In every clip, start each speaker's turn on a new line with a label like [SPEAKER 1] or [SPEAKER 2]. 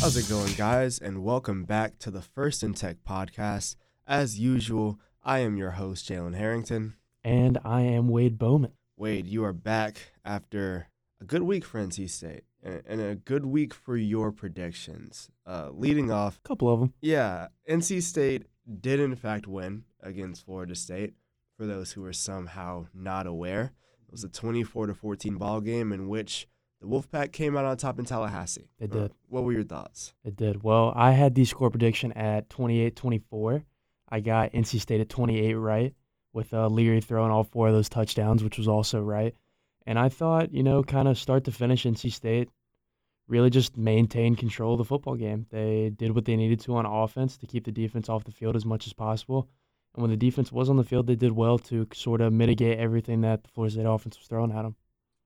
[SPEAKER 1] How's it going, guys? And welcome back to the First in Tech podcast. As usual, I am your host, Jalen Harrington.
[SPEAKER 2] And I am Wade Bowman.
[SPEAKER 1] Wade, you are back after a good week for NC State and and a good week for your predictions. Uh, leading off,
[SPEAKER 2] A couple of them.
[SPEAKER 1] yeah, NC State did in fact win against Florida State. For those who were somehow not aware, it was a 24 to 14 ball game in which the Wolfpack came out on top in Tallahassee.
[SPEAKER 2] They
[SPEAKER 1] Uh,
[SPEAKER 2] did.
[SPEAKER 1] What were your thoughts?
[SPEAKER 2] It did. Well, I had the score prediction at 28 24. I got NC State at 28 right, with uh, Leary throwing all four of those touchdowns, which was also right. And I thought, you know, kind of start to finish, NC State really just maintained control of the football game. They did what they needed to on offense to keep the defense off the field as much as possible. And when the defense was on the field, they did well to sort of mitigate everything that the Florida State offense was throwing at them.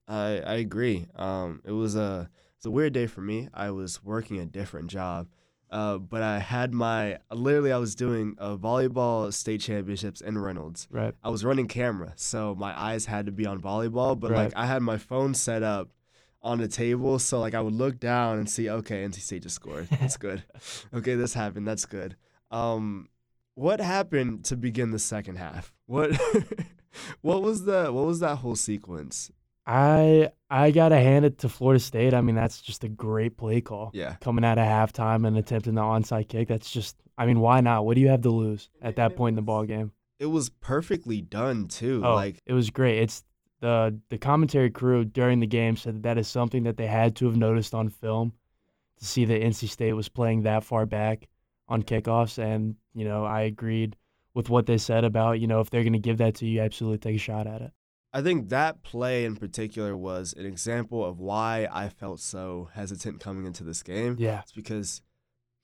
[SPEAKER 1] I I agree. Um, it was a it's a weird day for me. I was working a different job, uh, but I had my literally I was doing uh, volleyball state championships in Reynolds.
[SPEAKER 2] Right.
[SPEAKER 1] I was running camera, so my eyes had to be on volleyball. But like
[SPEAKER 2] Right.
[SPEAKER 1] I had my phone set up on the table, so like I would look down and see, okay, NC State just scored. That's good. okay, this happened. That's good. Um, what happened to begin the second half? What what was the what was that whole sequence?
[SPEAKER 2] I I gotta hand it to Florida State. I mean, that's just a great play call.
[SPEAKER 1] Mm-hmm. Yeah.
[SPEAKER 2] Coming out of halftime and attempting the onside kick. That's just I mean, why not? What do you have to lose at that point in the ball game?
[SPEAKER 1] it was perfectly done too.
[SPEAKER 2] Oh,
[SPEAKER 1] Like
[SPEAKER 2] it was great. It's the the commentary crew during the game said that that is something that they had to have noticed on film to see that NC State was playing that far back on kickoffs. And you know, I agreed with what they said about you know if they're gonna give that to you, absolutely take a shot at it.
[SPEAKER 1] I think that play in particular was an example of why I felt so hesitant coming into this game.
[SPEAKER 2] Yeah,
[SPEAKER 1] It's because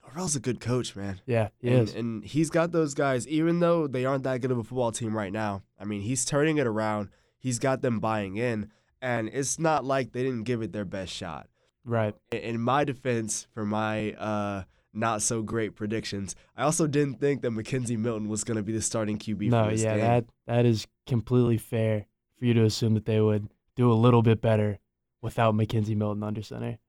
[SPEAKER 1] Norvell's a good coach, man.
[SPEAKER 2] yeah, he
[SPEAKER 1] and,
[SPEAKER 2] is.
[SPEAKER 1] and he's got those guys, even though they aren't that good of a football team right now. I mean, he's turning it around. He's got them buying in, and it's not like they didn't give it their best shot.
[SPEAKER 2] Right.
[SPEAKER 1] I- in my defense for my uh, not so great predictions, I also didn't think that Mackenzie Milton was going to be the starting QB
[SPEAKER 2] no,
[SPEAKER 1] for this
[SPEAKER 2] yeah,
[SPEAKER 1] game.
[SPEAKER 2] that that is completely fair for you to assume that they would do a little bit better without Mackenzie Milton under center.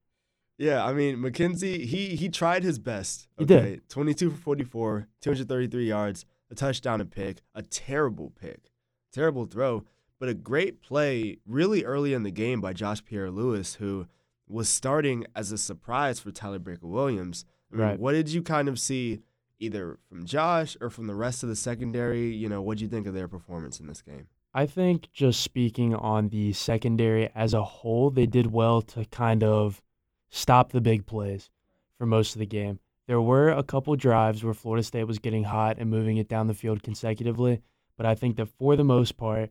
[SPEAKER 1] Yeah, I mean McKenzie, he he tried his best.
[SPEAKER 2] He did.
[SPEAKER 1] 22 for 44, 233 yards, a touchdown, a pick, a terrible pick, terrible throw, but a great play really early in the game by Josh Pierre Lewis, who was starting as a surprise for Tyler Baker Williams. I mean,
[SPEAKER 2] Right.
[SPEAKER 1] What did you kind of see either from Josh or from the rest of the secondary? You know, what would you think of their performance in this game?
[SPEAKER 2] I think just speaking on the secondary as a whole, they did well to kind of stop the big plays for most of the game. There were a couple drives where Florida State was getting hot and moving it down the field consecutively, but I think that for the most part,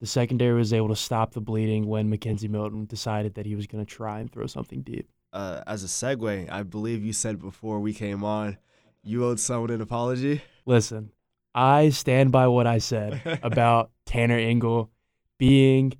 [SPEAKER 2] the secondary was able to stop the bleeding when Mackenzie Milton decided that he was going to try and throw something deep.
[SPEAKER 1] Uh, as a segue, I believe you said before we came on, you owed someone an apology.
[SPEAKER 2] Listen, I stand by what I said about Tanner Engel being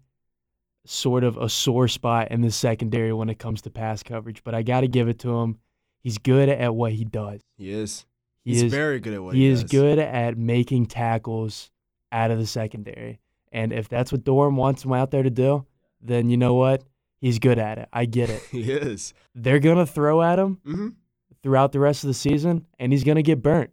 [SPEAKER 2] sort of a sore spot in the secondary when it comes to pass coverage, but I got to give it to him. He's good at what he does.
[SPEAKER 1] He is.
[SPEAKER 2] He
[SPEAKER 1] He's
[SPEAKER 2] is
[SPEAKER 1] very good at what
[SPEAKER 2] he
[SPEAKER 1] he,
[SPEAKER 2] is
[SPEAKER 1] does.
[SPEAKER 2] good at making tackles out of the secondary. And if that's what Dorm wants him out there to do, then you know what? He's good at it. I get it.
[SPEAKER 1] He is.
[SPEAKER 2] They're going to throw at him
[SPEAKER 1] hmm
[SPEAKER 2] throughout the rest of the season, and he's going to get burnt.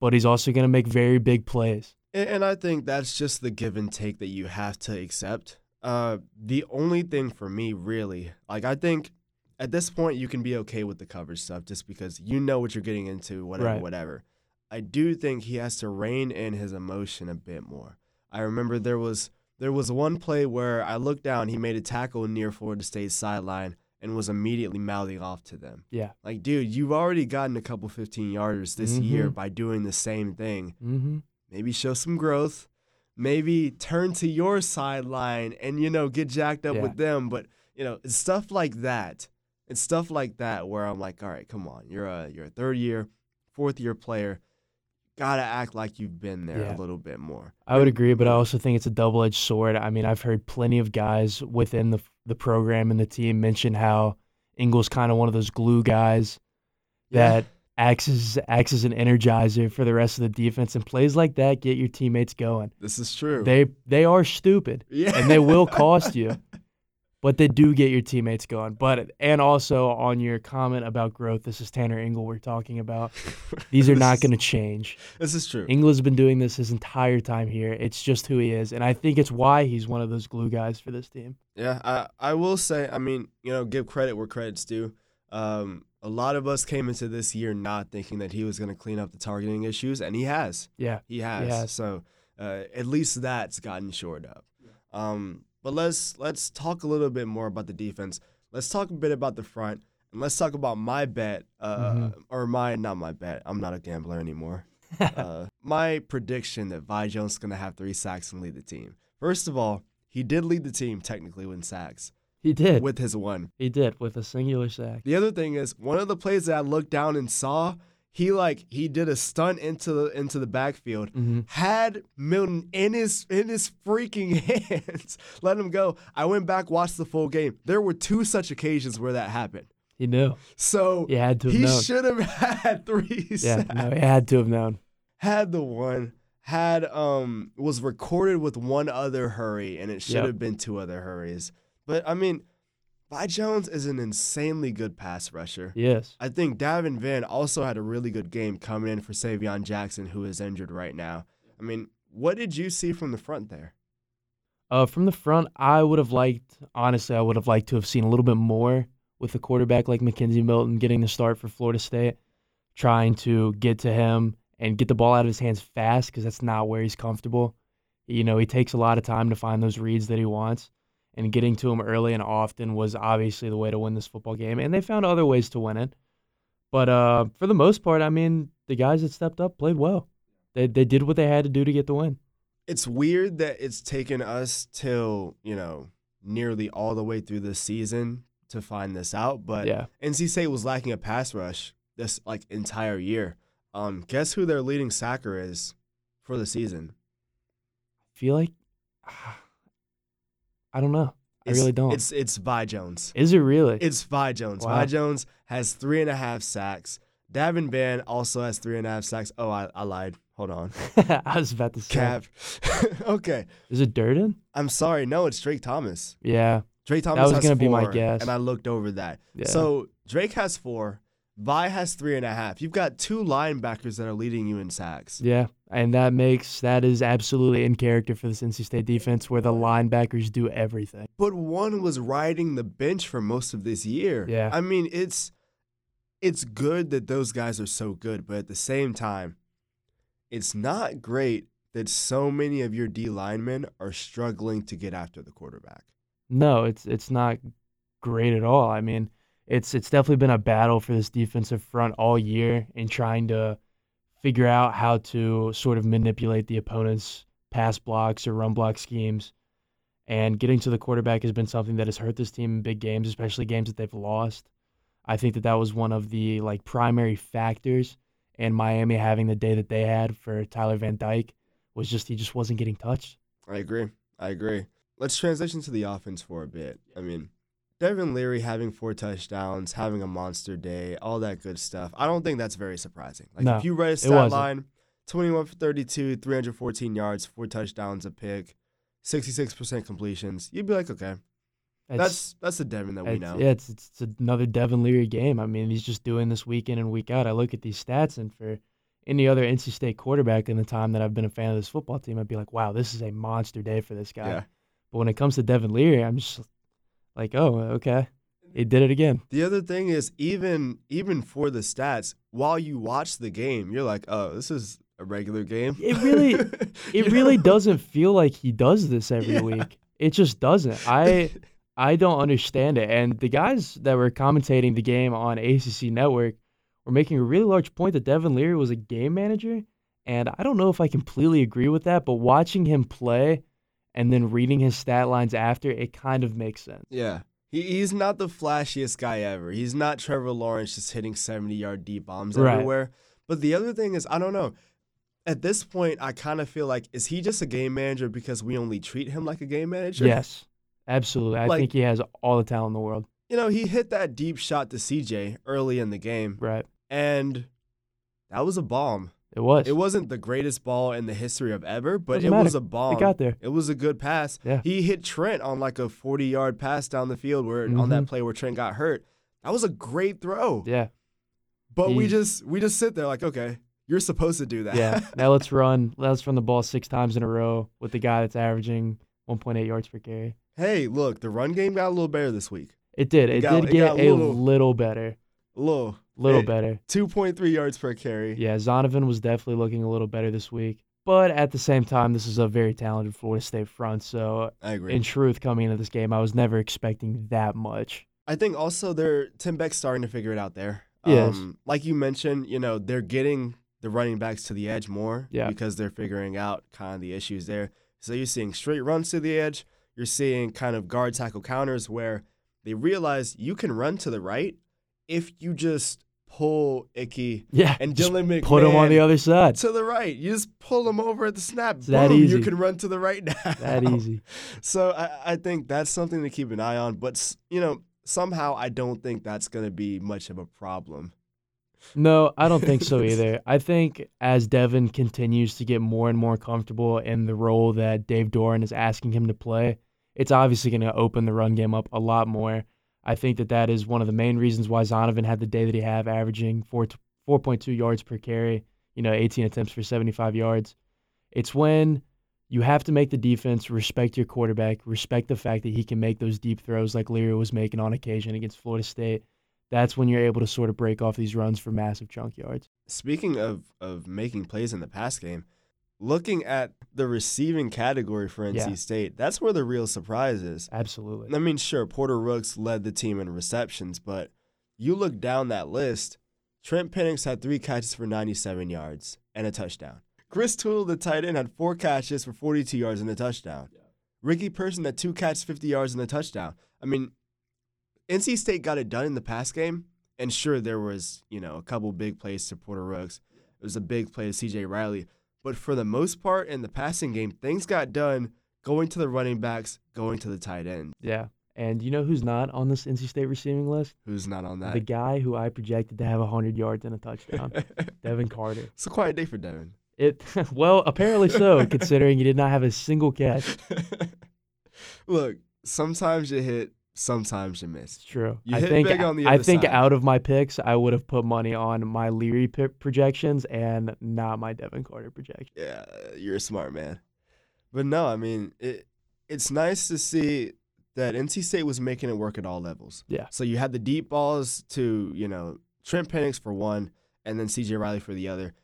[SPEAKER 2] But he's also going to make very big plays.
[SPEAKER 1] And, and I think that's just the give and take that you have to accept. Uh, the only thing for me, really, like I think at this point you can be okay with the coverage stuff just because you know what you're getting into, whatever,
[SPEAKER 2] Right.
[SPEAKER 1] whatever. I do think he has to rein in his emotion a bit more. I remember there was there was one play where I looked down, he made a tackle near Florida State's sideline and was immediately mouthing off to them.
[SPEAKER 2] Yeah.
[SPEAKER 1] Like, dude, you've already gotten a couple 15 yarders this year
[SPEAKER 2] Mhm.
[SPEAKER 1] by doing the same thing.
[SPEAKER 2] Mm-hmm.
[SPEAKER 1] Maybe show some growth. Maybe turn to your sideline and, you know, get jacked up
[SPEAKER 2] Yeah.
[SPEAKER 1] with them. But, you know, it's stuff like that. It's stuff like that where I'm like, all right, come on. You're a, you're a third year, fourth year player. Gotta act like you've been there a
[SPEAKER 2] Yeah.
[SPEAKER 1] little bit more.
[SPEAKER 2] I would agree, but I also think it's a double-edged sword. I mean, I've heard plenty of guys within the the program and the team mention how Ingles kind of one of those glue guys that acts as acts as an energizer for the rest of the defense, and plays like that get your teammates going.
[SPEAKER 1] This is true.
[SPEAKER 2] They they are stupid
[SPEAKER 1] yeah.
[SPEAKER 2] and they will cost you, but they do get your teammates going. But and also on your comment about growth, this is Tanner Engel we're talking about. These are
[SPEAKER 1] This
[SPEAKER 2] not
[SPEAKER 1] is-
[SPEAKER 2] going to change.
[SPEAKER 1] This is true.
[SPEAKER 2] Engel has been doing this his entire time here. It's just who he is, and I think it's why he's one of those glue guys for this team.
[SPEAKER 1] Yeah, I, I will say, I mean, you know, give credit where credit's due. Um, a lot of us came into this year not thinking that he was going to clean up the targeting issues, and he has.
[SPEAKER 2] Yeah.
[SPEAKER 1] He has.
[SPEAKER 2] has.
[SPEAKER 1] So uh, at least that's gotten shored up. Um, but let's let's talk a little bit more about the defense. Let's talk a bit about the front, and let's talk about my bet, uh,
[SPEAKER 2] Mm-hmm.
[SPEAKER 1] or my not my bet. I'm not a gambler anymore. uh, my prediction that Vi Jones is going to have three sacks and lead the team. First of all, he did lead the team technically with sacks
[SPEAKER 2] He did.
[SPEAKER 1] with his one.
[SPEAKER 2] he did with a singular sack.
[SPEAKER 1] The other thing is one of the plays that I looked down and saw, he like he did a stunt into the into the backfield,
[SPEAKER 2] Mm-hmm.
[SPEAKER 1] had Milton in his in his freaking hands, let him go. I went back, watched the full game. There were two such occasions where that happened.
[SPEAKER 2] He knew.
[SPEAKER 1] So
[SPEAKER 2] He had to have
[SPEAKER 1] he
[SPEAKER 2] known.
[SPEAKER 1] should have had three
[SPEAKER 2] Yeah,
[SPEAKER 1] sacks.
[SPEAKER 2] no, he had to have known.
[SPEAKER 1] Had the one, had um was recorded with one other hurry, and it should
[SPEAKER 2] Yep.
[SPEAKER 1] have been two other hurries. But I mean, Vi Jones is an insanely good pass rusher.
[SPEAKER 2] Yes.
[SPEAKER 1] I think Davin Van also had a really good game coming in for Savion Jackson, who is injured right now. I mean, what did you see from the front there?
[SPEAKER 2] Uh, from the front, I would have liked, honestly, I would have liked to have seen a little bit more with a quarterback like Mackenzie Milton getting the start for Florida State, trying to get to him and get the ball out of his hands fast because that's not where he's comfortable. You know, he takes a lot of time to find those reads that he wants, and getting to him early and often was obviously the way to win this football game. And they found other ways to win it. But uh, for the most part, I mean, the guys that stepped up played well. They, they did what they had to do to get the win.
[SPEAKER 1] It's weird that it's taken us till, you know, nearly all the way through this season to find this out, but
[SPEAKER 2] yeah.
[SPEAKER 1] NC State was lacking a pass rush this like entire year. Um, guess who their leading sacker is for the season?
[SPEAKER 2] feel like I don't know. I
[SPEAKER 1] It's-
[SPEAKER 2] really don't.
[SPEAKER 1] It's it's Vi Jones.
[SPEAKER 2] is it really?
[SPEAKER 1] It's Vi Jones.
[SPEAKER 2] Wow.
[SPEAKER 1] Vi Jones has three and a half sacks. Davin Van also has three and a half sacks. Oh, I, I lied. Hold on.
[SPEAKER 2] I was about to say.
[SPEAKER 1] Cap. okay.
[SPEAKER 2] Is it Durden?
[SPEAKER 1] I'm sorry. No, it's Drake Thomas.
[SPEAKER 2] Yeah.
[SPEAKER 1] Drake Thomas
[SPEAKER 2] was
[SPEAKER 1] has
[SPEAKER 2] gonna be my
[SPEAKER 1] four,
[SPEAKER 2] guess.
[SPEAKER 1] And I looked over that.
[SPEAKER 2] Yeah.
[SPEAKER 1] So Drake has four. Vi has three and a half. You've got two linebackers that are leading you in sacks.
[SPEAKER 2] Yeah. And that makes that is absolutely in character for this NC State defense where the linebackers do everything.
[SPEAKER 1] but one was riding the bench for most of this year.
[SPEAKER 2] Yeah.
[SPEAKER 1] I mean, it's it's good that those guys are so good, but at the same time, it's not great that so many of your D linemen are struggling to get after the quarterback.
[SPEAKER 2] No, it's it's not great at all. I mean, it's it's definitely been a battle for this defensive front all year in trying to figure out how to sort of manipulate the opponent's pass blocks or run block schemes. And getting to the quarterback has been something that has hurt this team in big games, especially games that they've lost. I think that that was one of the like primary factors in Miami having the day that they had for Tyler Van Dyke was just he just wasn't getting touched.
[SPEAKER 1] I agree. I agree. Let's transition to the offense for a bit. I mean, Devin Leary having four touchdowns, having a monster day, all that good stuff. I don't think that's very surprising. Like
[SPEAKER 2] No,
[SPEAKER 1] if you read a stat
[SPEAKER 2] wasn't.
[SPEAKER 1] line, 21 for 32, 314 yards, four touchdowns, a pick, 66% completions, you'd be like, okay, that's that's the Devin that we
[SPEAKER 2] It's,
[SPEAKER 1] know.
[SPEAKER 2] Yeah, it's, it's, it's another Devin Leary game. I mean, he's just doing this week in and week out. I look at these stats, and for any other NC State quarterback in the time that I've been a fan of this football team, I'd be like, wow, this is a monster day for this guy.
[SPEAKER 1] yeah.
[SPEAKER 2] But when it comes to Devin Leary, I'm just like, oh, okay. He did it again.
[SPEAKER 1] The other thing is even even for the stats, while you watch the game, you're like, oh, this is a regular game.
[SPEAKER 2] It really- It really doesn't feel like he does this every
[SPEAKER 1] Yeah.
[SPEAKER 2] week. It just doesn't. I I don't understand it. And the guys that were commentating the game on ACC Network were making a really large point that Devin Leary was a game manager. And I don't know if I completely agree with that, but watching him play and then reading his stat lines after, it kind of makes sense.
[SPEAKER 1] Yeah. He, he's not the flashiest guy ever. He's not Trevor Lawrence just hitting 70 yard deep bombs
[SPEAKER 2] Right.
[SPEAKER 1] everywhere. But the other thing is, I don't know. At this point, I kind of feel like, is he just a game manager because we only treat him like a game manager?
[SPEAKER 2] Yes, absolutely. I
[SPEAKER 1] Like-
[SPEAKER 2] think he has all the talent in the world.
[SPEAKER 1] You know, he hit that deep shot to CJ early in the game,
[SPEAKER 2] Right.
[SPEAKER 1] and that was a bomb.
[SPEAKER 2] It was.
[SPEAKER 1] It wasn't the greatest ball in the history of ever, but
[SPEAKER 2] Doesn't
[SPEAKER 1] it was
[SPEAKER 2] matter.
[SPEAKER 1] a bomb.
[SPEAKER 2] It got there.
[SPEAKER 1] It was a good pass.
[SPEAKER 2] Yeah.
[SPEAKER 1] He hit Trent on like a 40 yard pass down the field where on that play where Trent got hurt. That was a great throw.
[SPEAKER 2] Mm-hmm. Yeah.
[SPEAKER 1] But we
[SPEAKER 2] He-
[SPEAKER 1] just we just sit there like, okay, you're supposed to do that.
[SPEAKER 2] Yeah. now let's run. Let's run the ball six times in a row with the guy that's averaging 1.8 yards per carry.
[SPEAKER 1] hey, look, the run game got a little better this week.
[SPEAKER 2] It did. It,
[SPEAKER 1] got-
[SPEAKER 2] did
[SPEAKER 1] it
[SPEAKER 2] get
[SPEAKER 1] got
[SPEAKER 2] a
[SPEAKER 1] little-
[SPEAKER 2] little beter.
[SPEAKER 1] A little.
[SPEAKER 2] Little
[SPEAKER 1] It-
[SPEAKER 2] better.
[SPEAKER 1] 2.3 yards per carry.
[SPEAKER 2] Yeah, Zonovan was definitely looking a little better this week. But at the same time, this is a very talented Florida State front. So,
[SPEAKER 1] I agree.
[SPEAKER 2] in truth, coming into this game, I was never expecting that much.
[SPEAKER 1] I think also they're Tim Beck's starting to figure it out there. Um,
[SPEAKER 2] Yes.
[SPEAKER 1] like you mentioned, you know, they're getting the running backs to the edge more
[SPEAKER 2] Yeah.
[SPEAKER 1] because they're figuring out kind of the issues there. So you're seeing straight runs to the edge. You're seeing kind of guard tackle counters where they realize you can run to the right if you just pull Icky
[SPEAKER 2] Yeah.
[SPEAKER 1] and
[SPEAKER 2] just
[SPEAKER 1] Dylan McMahon
[SPEAKER 2] put him on the other side.
[SPEAKER 1] to the right. You just pull him over at the snap.
[SPEAKER 2] It's that
[SPEAKER 1] Boom,
[SPEAKER 2] easy.
[SPEAKER 1] You can run to the right now.
[SPEAKER 2] That easy.
[SPEAKER 1] So I, I think that's something to keep an eye on. But s- you know, somehow I don't think that's going to be much of a problem.
[SPEAKER 2] No, I don't think so either. I think as Devin continues to get more and more comfortable in the role that Dave Doran is asking him to play, it's obviously going to open the run game up a lot more. I think that that is one of the main reasons why Zonovan had the day that he had, averaging 4, 4.2 yards per carry, you know, 18 attempts for 75 yards. It's when you have to make the defense respect your quarterback, respect the fact that he can make those deep throws like Leary was making on occasion against Florida State that's when you're able to sort of break off these runs for massive chunk yards.
[SPEAKER 1] Speaking of of making plays in the pass game, looking at the receiving category for NC
[SPEAKER 2] Yeah.
[SPEAKER 1] State, that's where the real surprise is.
[SPEAKER 2] Absolutely.
[SPEAKER 1] I mean, sure, Porter Rooks led the team in receptions, but you look down that list, Trent Penix had three catches for 97 yards and a touchdown. Chris Toole, the tight end, had four catches for 42 yards and a touchdown. Ricky Person had two catches, 50 yards and a touchdown. I mean, NC State got it done in the pass game, and sure, there was, you know, a couple big plays to Porter Rooks. It was a big play to CJ Riley. But for the most part, in the passing game, things got done going to the running backs, going to the tight end
[SPEAKER 2] Yeah. And you know who's not on this NC State receiving list?
[SPEAKER 1] who's not on
[SPEAKER 2] The
[SPEAKER 1] that.
[SPEAKER 2] guy who I projected to have 100 yards and a touchdown, Devin Carter.
[SPEAKER 1] it's a quiet day for Devin.
[SPEAKER 2] It well, apparently so, considering he did not have a single catch.
[SPEAKER 1] Look, sometimes you hit, sometimes you miss.
[SPEAKER 2] It's true.
[SPEAKER 1] You
[SPEAKER 2] I
[SPEAKER 1] hit
[SPEAKER 2] think
[SPEAKER 1] big on the
[SPEAKER 2] I
[SPEAKER 1] other
[SPEAKER 2] think
[SPEAKER 1] side.
[SPEAKER 2] out of my picks, I would have put money on my Leary p- projections and not my Devin Carter projection.
[SPEAKER 1] Yeah, you're a smart man. But no, I mean, it, it's nice to see that NC State was making it work at all levels.
[SPEAKER 2] Yeah.
[SPEAKER 1] So you had the deep balls to, you know, Trent Penix for one, and then CJ Riley for the other.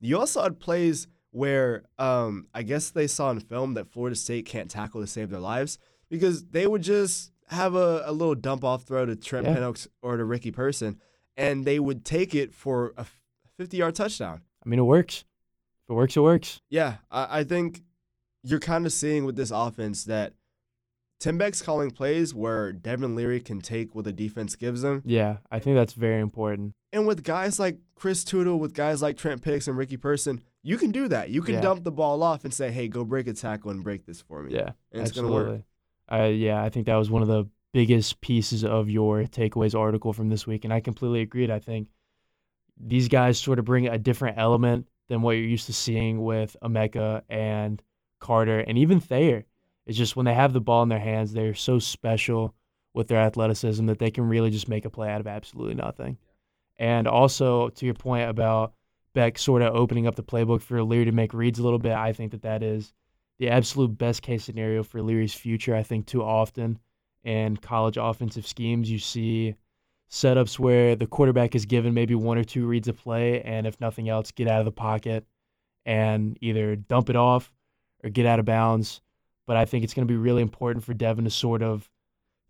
[SPEAKER 1] You also had plays where um, I guess they saw in film that Florida State can't tackle to save their lives because they would just have a, a little dump off throw to Trent
[SPEAKER 2] Yeah.
[SPEAKER 1] Penix or to Ricky Person, and they would take it for a 50 yard touchdown.
[SPEAKER 2] I mean, it works. If it works, it works.
[SPEAKER 1] Yeah, I, I think you're kind of seeing with this offense that Tim Beck's calling plays where Devin Leary can take what the defense gives him.
[SPEAKER 2] Yeah, I think that's very important.
[SPEAKER 1] And with guys like Chris Tootle, with guys like Trent Picks and Ricky Person, you can do that. You can
[SPEAKER 2] Yeah.
[SPEAKER 1] dump the ball off and say, hey, go break a tackle and break this for me.
[SPEAKER 2] Yeah,
[SPEAKER 1] And it's gonna work.
[SPEAKER 2] Uh, yeah, I think that was one of the biggest pieces of your takeaways article from this week, and I completely agreed. I think these guys sort of bring a different element than what you're used to seeing with Emeka and Carter and even Thayer. It's just when they have the ball in their hands, they're so special with their athleticism that they can really just make a play out of absolutely nothing. And also to your point about Beck sort of opening up the playbook for Leary to make reads a little bit, I think that that is the absolute best case scenario for Leary's future. I think too often in college offensive schemes, you see setups where the quarterback is given maybe one or two reads of play, and if nothing else, get out of the pocket and either dump it off or get out of bounds. But I think it's going to be really important for Devin to sort of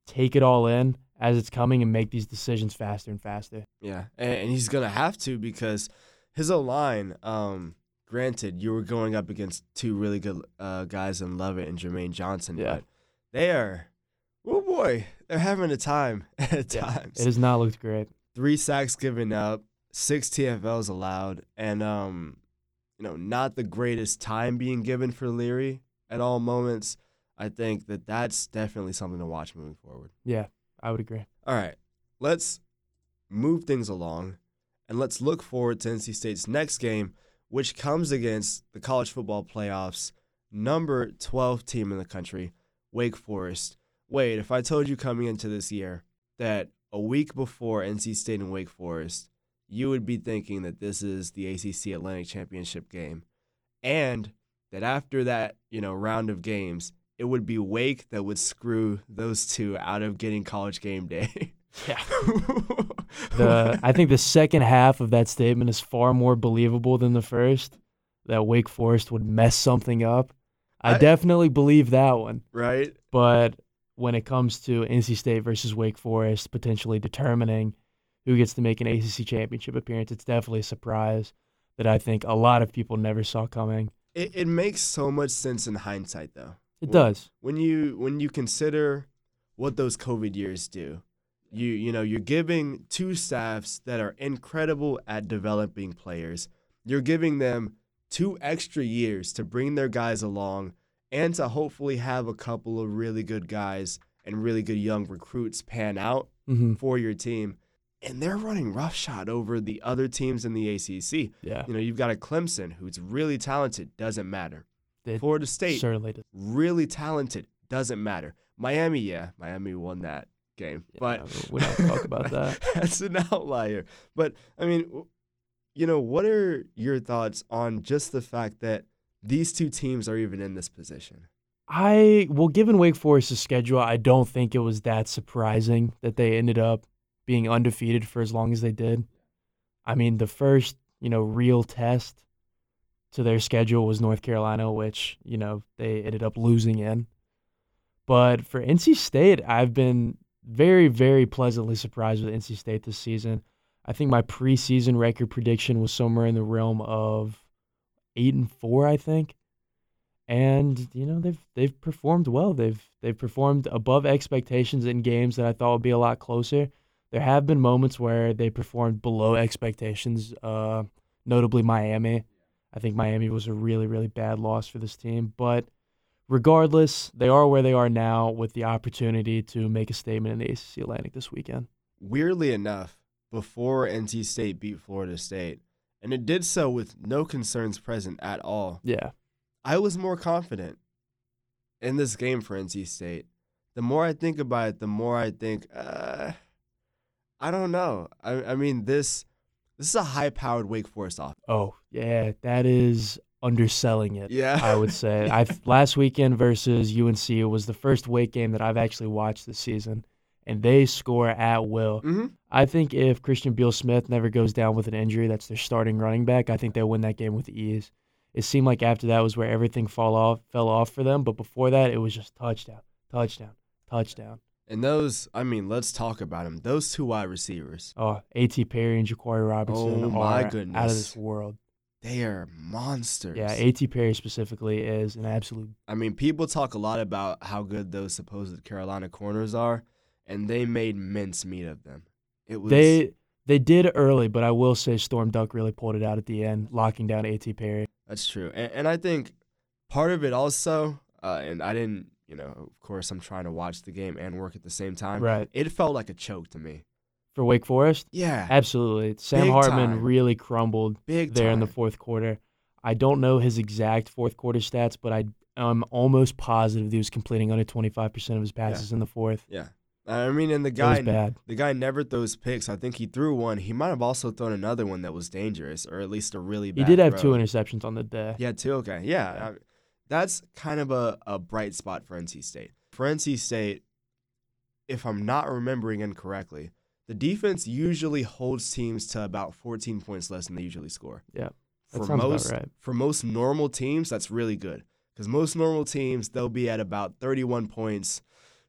[SPEAKER 2] take it all in as it's coming and make these decisions faster and faster.
[SPEAKER 1] Yeah, and, and he's gonna have to because his O line. Um, granted, you were going up against two really good uh, guys in Lovett and Jermaine Johnson.
[SPEAKER 2] Yeah.
[SPEAKER 1] but they are. Oh boy, they're having a time at
[SPEAKER 2] Yeah,
[SPEAKER 1] times.
[SPEAKER 2] It has not looked great.
[SPEAKER 1] Three sacks given up, six TFLs allowed, and um, you know, not the greatest time being given for Leary at all moments. I think that that's definitely something to watch moving forward.
[SPEAKER 2] Yeah, I would agree.
[SPEAKER 1] All right, let's move things along and let's look forward to NC State's next game, which comes against the college football playoffs number 12 team in the country, Wake Forest. Wade, if I told you coming into this year that a week before NC State and Wake Forest, you would be thinking that this is the ACC Atlantic Championship game and that after that, you know, round of games, it would be Wake that would screw those two out of getting college game day.
[SPEAKER 2] Yeah. the I think the second half of that statement is far more believable than the first. That Wake Forest would mess something up. I,
[SPEAKER 1] I-
[SPEAKER 2] definitely believe that one.
[SPEAKER 1] right?
[SPEAKER 2] But when it comes to NC State versus Wake Forest potentially determining who gets to make an ACC championship appearance, it's definitely a surprise that I think a lot of people never saw coming.
[SPEAKER 1] It, it makes so much sense in hindsight though.
[SPEAKER 2] It
[SPEAKER 1] Well,
[SPEAKER 2] does.
[SPEAKER 1] when you when you consider what those COVID years do, you you know you're giving two staffs that are incredible at developing players. You're giving them two extra years to bring their guys along and to hopefully have a couple of really good guys and really good young recruits pan out
[SPEAKER 2] hmm
[SPEAKER 1] for your team. And they're running roughshod over the other teams in the ACC.
[SPEAKER 2] Yeah.
[SPEAKER 1] You know, you've got a Clemson who's really talented, doesn't matter.
[SPEAKER 2] It
[SPEAKER 1] Florida State
[SPEAKER 2] certainly does.
[SPEAKER 1] really talented. Doesn't matter. Miami, yeah, Miami won that game, but
[SPEAKER 2] Yeah, we don't talk about that.
[SPEAKER 1] That's an outlier. But I mean, w- you know, what are your thoughts on just the fact that these two teams are even in this position?
[SPEAKER 2] I well, given Wake Forest's schedule, I don't think it was that surprising that they ended up being undefeated for as long as they did. I mean, the first you know real test to their schedule was North Carolina, which you know they ended up losing in. But for NC State, I've been very, very pleasantly surprised with NC State this season. I think my preseason record prediction was somewhere in the realm of eight and four, I think and you know they've they've performed well. They've they've performed above expectations in games that I thought would be a lot closer. There have been moments where they performed below expectations, uh, notably Miami. I think Miami was a really really bad loss for this team, but regardless, they are where they are now with the opportunity to make a statement in the ACC Atlantic this weekend.
[SPEAKER 1] Weirdly enough, before NC State beat Florida State, and it did so with no concerns present at all,
[SPEAKER 2] Yeah,
[SPEAKER 1] I was more confident in this game for NC State. The more I think about it, the more I think, uh, I don't know. I, I mean, this this is a high powered Wake Forest offense.
[SPEAKER 2] Oh, yeah, that is underselling it.
[SPEAKER 1] Yeah.
[SPEAKER 2] I would say. I last weekend versus UNC it was the first weight game that I've actually watched this season, and they score at will.
[SPEAKER 1] Mhm.
[SPEAKER 2] I think if Christian Beal Smith never goes down with an injury, that's their starting running back. I think they'll win that game with ease. It seemed like after that was where everything fall off fell off for them, but before that it was just touchdown, touchdown, touchdown.
[SPEAKER 1] And those, I mean, let's talk about them. Those two wide receivers,
[SPEAKER 2] Oh, A.T. Perry and Jaquari Robinson
[SPEAKER 1] Oh, my
[SPEAKER 2] are out of
[SPEAKER 1] goodness.
[SPEAKER 2] this world.
[SPEAKER 1] they are monsters.
[SPEAKER 2] Yeah, A.T. Perry specifically is an absolute
[SPEAKER 1] I mean, people talk a lot about how good those supposed Carolina corners are, and they made mincemeat of them. It was
[SPEAKER 2] They they did early, but I will say Storm Duck really pulled it out at the end, locking down At Perry.
[SPEAKER 1] That's true, and, and I think part of it also, uh, and I didn't, you know, of course, I'm trying to watch the game and work at the same time.
[SPEAKER 2] Right
[SPEAKER 1] It felt like a choke to me.
[SPEAKER 2] for Wake Forest,
[SPEAKER 1] Yeah,
[SPEAKER 2] absolutely. Sam
[SPEAKER 1] Big
[SPEAKER 2] Hartman
[SPEAKER 1] time.
[SPEAKER 2] really crumbled
[SPEAKER 1] big
[SPEAKER 2] there
[SPEAKER 1] time.
[SPEAKER 2] in the fourth quarter. I don't know his exact fourth quarter stats, but I I'm almost positive that he was completing under 25 percent of his passes in the fourth.
[SPEAKER 1] yeah, I mean, and the
[SPEAKER 2] It was
[SPEAKER 1] guy,
[SPEAKER 2] bad.
[SPEAKER 1] the guy never throws picks. I think he threw one. He might have also thrown another one that was dangerous, or at least a really
[SPEAKER 2] He
[SPEAKER 1] bad.
[SPEAKER 2] did have
[SPEAKER 1] throw.
[SPEAKER 2] two interceptions on the day.
[SPEAKER 1] Yeah, two. Okay. Yeah. I- that's kind of a, a bright spot for NC State. For NC State, if I'm not remembering incorrectly, the defense usually holds teams to about 14 points less than they usually score.
[SPEAKER 2] Yeah,
[SPEAKER 1] For
[SPEAKER 2] that sounds about
[SPEAKER 1] most,
[SPEAKER 2] right.
[SPEAKER 1] For most normal teams, that's really good because most normal teams, they'll be at about 31 points.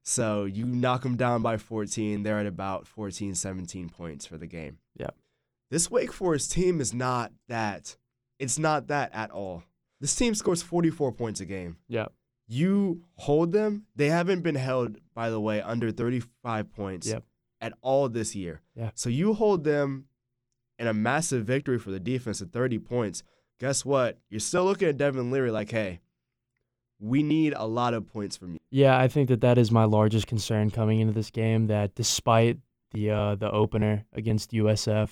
[SPEAKER 1] So you knock them down by 14, they're at about 14, 17 points for the game.
[SPEAKER 2] Yeah.
[SPEAKER 1] This Wake Forest team is not that. It's not that at all. This team scores 44 points a game.
[SPEAKER 2] Yeah,
[SPEAKER 1] You hold them. They haven't been held, by the way, under 35 points
[SPEAKER 2] Yep.
[SPEAKER 1] at all this year.
[SPEAKER 2] Yeah.
[SPEAKER 1] So you hold them in a massive victory for the defense at 30 points. Guess what? You're still looking at Devin Leary like, hey, we need a lot of points from you.
[SPEAKER 2] yeah. I think that that is my largest concern coming into this game. That despite the uh, the opener against USF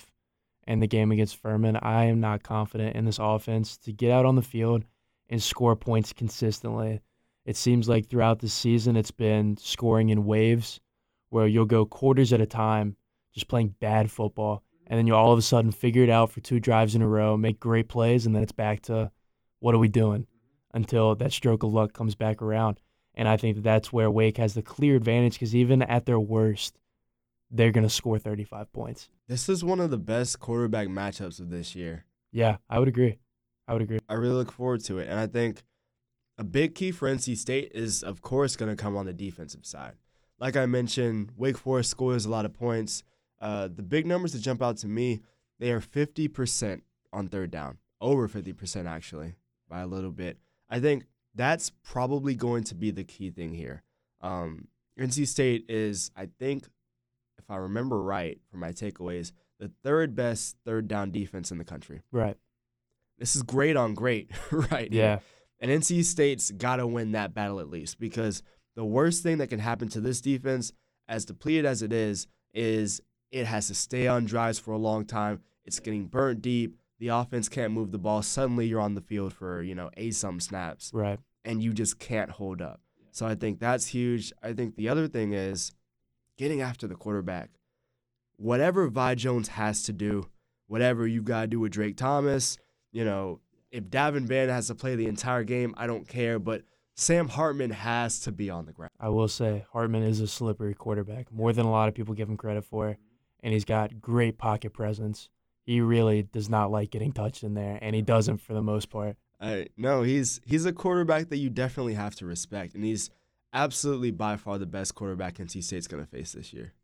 [SPEAKER 2] and the game against Furman. I am not confident in this offense to get out on the field and score points consistently. It seems like throughout the season, it's been scoring in waves where you'll go quarters at a time, just playing bad football. And then you'll all of a sudden figure it out for two drives in a row, make great plays, and then it's back to what are we doing until that stroke of luck comes back around. And I think that that's where Wake has the clear advantage because even at their worst, they're going to score 35 points.
[SPEAKER 1] This is one of the best quarterback matchups of this year.
[SPEAKER 2] Yeah, I would agree. I would agree.
[SPEAKER 1] I really look forward to it. And I think a big key for NC State is, of course, going to come on the defensive side. Like I mentioned, Wake Forest scores a lot of points. Uh, the big numbers that jump out to me, they are 50% on third down, over 50%, actually, by a little bit. I think that's probably going to be the key thing here. Um, NC State is, I think, if I remember right from my takeaways, the third best third down defense in the country.
[SPEAKER 2] Right.
[SPEAKER 1] This is great on great, right?
[SPEAKER 2] Yeah.
[SPEAKER 1] And NC State's got to win that battle at least because the worst thing that can happen to this defense, as depleted as it is, is it has to stay on drives for a long time. It's getting burnt deep. The offense can't move the ball. Suddenly you're on the field for, you know, a some snaps
[SPEAKER 2] Right.
[SPEAKER 1] and you just can't hold up. So I think that's huge. I think the other thing is getting after the quarterback. Whatever Vi Jones has to do, whatever you got to do with Drake Thomas, you know, if Davin Van has to play the entire game, I don't care, but Sam Hartman has to be on the ground.
[SPEAKER 2] I will say Hartman is a slippery quarterback, more than a lot of people give him credit for, and he's got great pocket presence. He really does not like getting touched in there, and he doesn't for the most part.
[SPEAKER 1] I, no, he's he's a quarterback that you definitely have to respect, and he's absolutely by far the best quarterback NC State's going to face this year.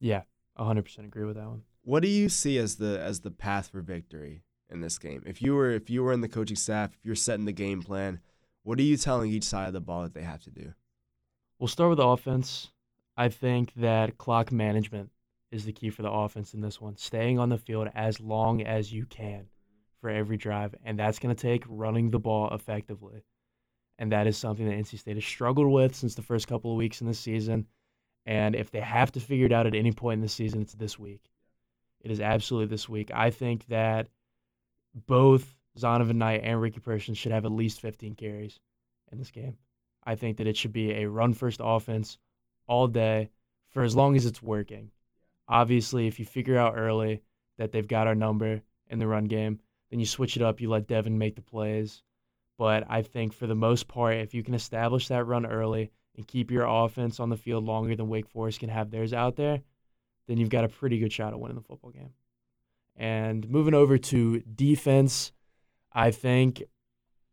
[SPEAKER 2] Yeah, 100% agree with that one.
[SPEAKER 1] What do you see as the as the path for victory in this game? If you were if you were in the coaching staff, if you're setting the game plan, what are you telling each side of the ball that they have to do?
[SPEAKER 2] We'll start with the offense. I think that clock management is the key for the offense in this one. Staying on the field as long as you can for every drive, and that's going to take running the ball effectively. And that is something that NC State has struggled with since the first couple of weeks in the season. And if they have to figure it out at any point in the season, it's this week. It is absolutely this week. I think that both Zonovan Knight and Ricky Person should have at least 15 carries in this game. I think that it should be a run first offense all day for as long as it's working. Obviously, if you figure out early that they've got our number in the run game, then you switch it up, you let Devin make the plays. But I think for the most part, if you can establish that run early and keep your offense on the field longer than Wake Forest can have theirs out there, then you've got a pretty good shot at winning the football game. And moving over to defense, I think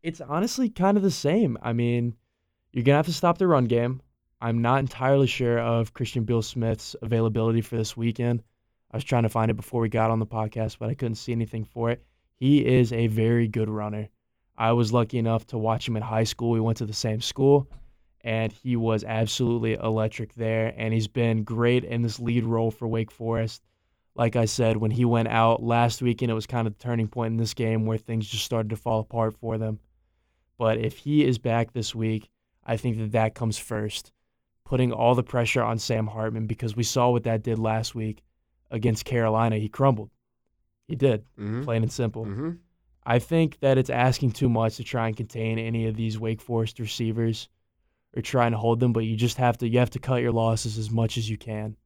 [SPEAKER 2] it's honestly kind of the same. I mean, you're going to have to stop the run game. I'm not entirely sure of Christian Bill Smith's availability for this weekend. I was trying to find it before we got on the podcast, but I couldn't see anything for it. He is a very good runner. I was lucky enough to watch him in high school. We went to the same school, and he was absolutely electric there. And he's been great in this lead role for Wake Forest. Like I said, when he went out last weekend, it was kind of the turning point in this game where things just started to fall apart for them. But if he is back this week, I think that that comes first, putting all the pressure on Sam Hartman because we saw what that did last week against Carolina. He crumbled. He did,
[SPEAKER 1] Mm-hmm.
[SPEAKER 2] plain and simple.
[SPEAKER 1] Mm-hmm.
[SPEAKER 2] I think that it's asking too much to try and contain any of these Wake Forest receivers or try and hold them, but you just have to you have to cut your losses as much as you can.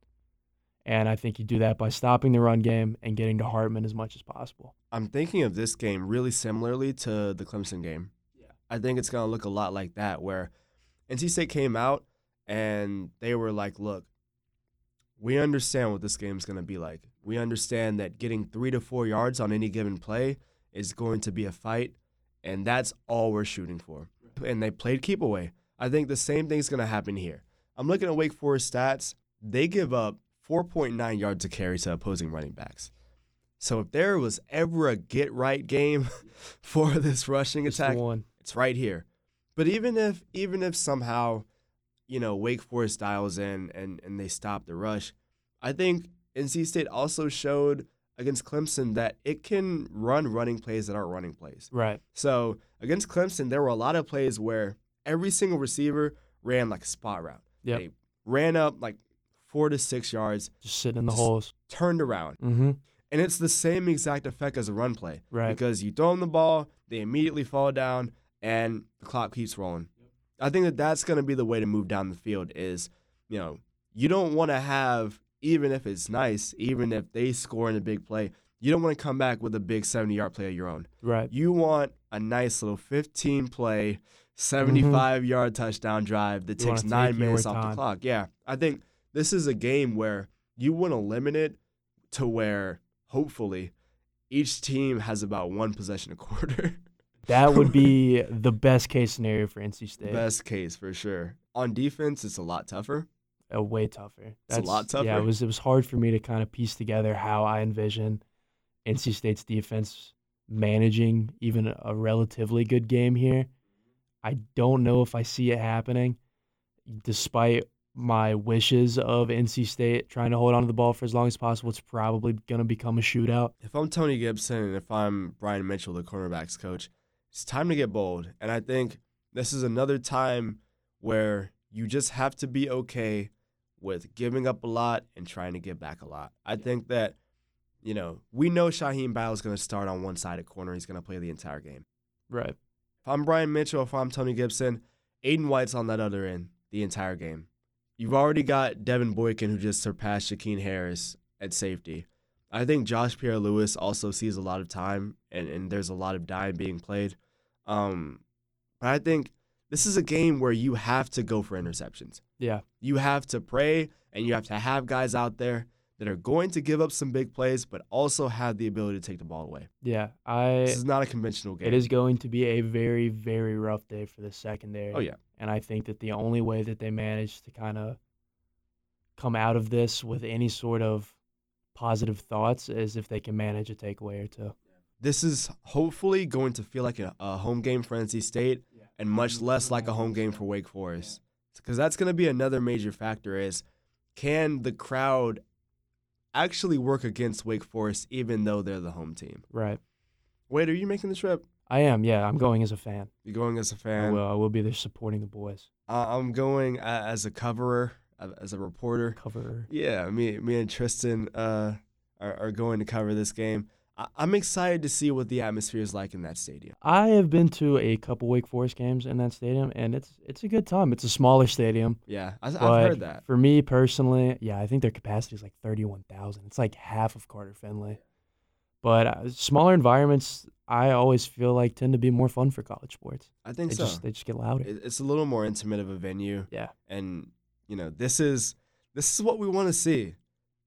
[SPEAKER 2] And I think you do that by stopping the run game and getting to Hartman as much as possible.
[SPEAKER 1] I'm thinking of this game really similarly to the Clemson game.
[SPEAKER 2] Yeah.
[SPEAKER 1] I think it's going to look a lot like that, where NC State came out and they were like, look, we understand what this game's going to be like. We understand that getting three to four yards on any given play is going to be a fight, and that's all we're shooting for. And they played keep away. I think the same thing's going to happen here. I'm looking at Wake Forest stats. They give up 4.9 yards a carry to opposing running backs. So if there was ever a get right game for this rushing
[SPEAKER 2] It's the
[SPEAKER 1] attack,
[SPEAKER 2] one.
[SPEAKER 1] it's right here. But even if even if somehow, you know, Wake Forest dials in and and they stop the rush, I think NC State also showed against Clemson that it can run running plays that aren't running plays.
[SPEAKER 2] Right.
[SPEAKER 1] So against Clemson, there were a lot of plays where every single receiver ran like a spot route.
[SPEAKER 2] Yep.
[SPEAKER 1] They ran up like four to six yards,
[SPEAKER 2] Just sitting in the
[SPEAKER 1] Just-
[SPEAKER 2] holes.
[SPEAKER 1] turned around,
[SPEAKER 2] Mm-hmm.
[SPEAKER 1] And it's the same exact effect as a run play.
[SPEAKER 2] Right.
[SPEAKER 1] Because you throw them the ball, they immediately fall down, and the clock keeps rolling. I think that that's going to be the way to move down the field is, you know, you don't want to have, even if it's nice, even if they score in a big play, you don't want to come back with a big 70 yard play of your own.
[SPEAKER 2] Right.
[SPEAKER 1] You want a nice little 15 play, 75 yard touchdown drive that
[SPEAKER 2] Mm-hmm. You wanna
[SPEAKER 1] takes nine
[SPEAKER 2] take your
[SPEAKER 1] minutes off
[SPEAKER 2] time.
[SPEAKER 1] the clock. Yeah. I think this is a game where you want to limit it to where hopefully each team has about one possession a quarter.
[SPEAKER 2] That would be the best case scenario for NC State.
[SPEAKER 1] Best case for sure. On defense, it's a lot tougher.
[SPEAKER 2] Uh, way tougher.
[SPEAKER 1] It's a lot
[SPEAKER 2] Yeah, it
[SPEAKER 1] tougher.
[SPEAKER 2] was it was hard for me to kind of piece together how I envision NC State's defense managing even a relatively good game here. I don't know if I see it happening, despite my wishes of NC State trying to hold on to the ball for as long as possible. It's probably going to become a shootout.
[SPEAKER 1] If I'm Tony Gibson and if I'm Brian Mitchell, the cornerbacks coach, it's time to get bold. And I think this is another time where you just have to be okay with giving up a lot and trying to get back a lot. I think that, you know, we know Shaheem Battle is going to start on one side at corner. He's going to play the entire game.
[SPEAKER 2] Right.
[SPEAKER 1] If I'm Brian Mitchell, if I'm Tony Gibson, Aiden White's on that other end the entire game. You've already got Devin Boykin, who just surpassed Shaquem Harris at safety. I think Josh Pierre Lewis also sees a lot of time, and, and there's a lot of dime being played. Um, but I think this is a game where you have to go for interceptions.
[SPEAKER 2] Yeah.
[SPEAKER 1] You have to pray, and you have to have guys out there that are going to give up some big plays, but also have the ability to take the ball away.
[SPEAKER 2] Yeah. I.
[SPEAKER 1] This is not a conventional game.
[SPEAKER 2] It is going to be a very, very rough day for the secondary.
[SPEAKER 1] Oh, yeah.
[SPEAKER 2] And I think that the only way that they manage to kind of come out of this with any sort of positive thoughts is if they can manage a takeaway or two.
[SPEAKER 1] this is hopefully going to feel like a, a home game for NC State and much less like a home game for Wake Forest. Because that's going to be another major factor is can the crowd actually work against Wake Forest even though they're the home team?
[SPEAKER 2] Right.
[SPEAKER 1] Wait, are you making the trip?
[SPEAKER 2] I am. Yeah. I'm going as a fan.
[SPEAKER 1] You're going as a
[SPEAKER 2] I
[SPEAKER 1] fan?
[SPEAKER 2] will. I will be there supporting the boys.
[SPEAKER 1] I- I'm going a- as a coverer, a- as a reporter.
[SPEAKER 2] Cover.
[SPEAKER 1] Yeah, me, me and Tristan uh, are, are going to cover this game. I- I'm excited to see what the atmosphere is like in that stadium.
[SPEAKER 2] I have been to a couple Wake Forest games in that stadium, and it's it's a good time. It's a smaller stadium.
[SPEAKER 1] Yeah, I- I've
[SPEAKER 2] but
[SPEAKER 1] heard that.
[SPEAKER 2] For me personally, yeah, I think their capacity is like 31,000. It's like half of Carter Finley. But uh, smaller environments, I always feel like tend to be more fun for college sports.
[SPEAKER 1] I
[SPEAKER 2] They
[SPEAKER 1] think so.
[SPEAKER 2] just they just get louder.
[SPEAKER 1] It- it's a little more intimate of a venue.
[SPEAKER 2] Yeah.
[SPEAKER 1] And you know, this is this is what we want to see.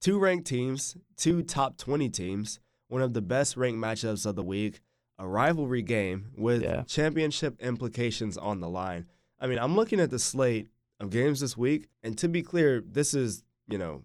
[SPEAKER 1] Two ranked teams, two top 20 teams, one of the best ranked matchups of the week, a rivalry game with
[SPEAKER 2] Yeah.
[SPEAKER 1] championship implications on the line. I mean, I'm looking at the slate of games this week, and to be clear, this is, you know,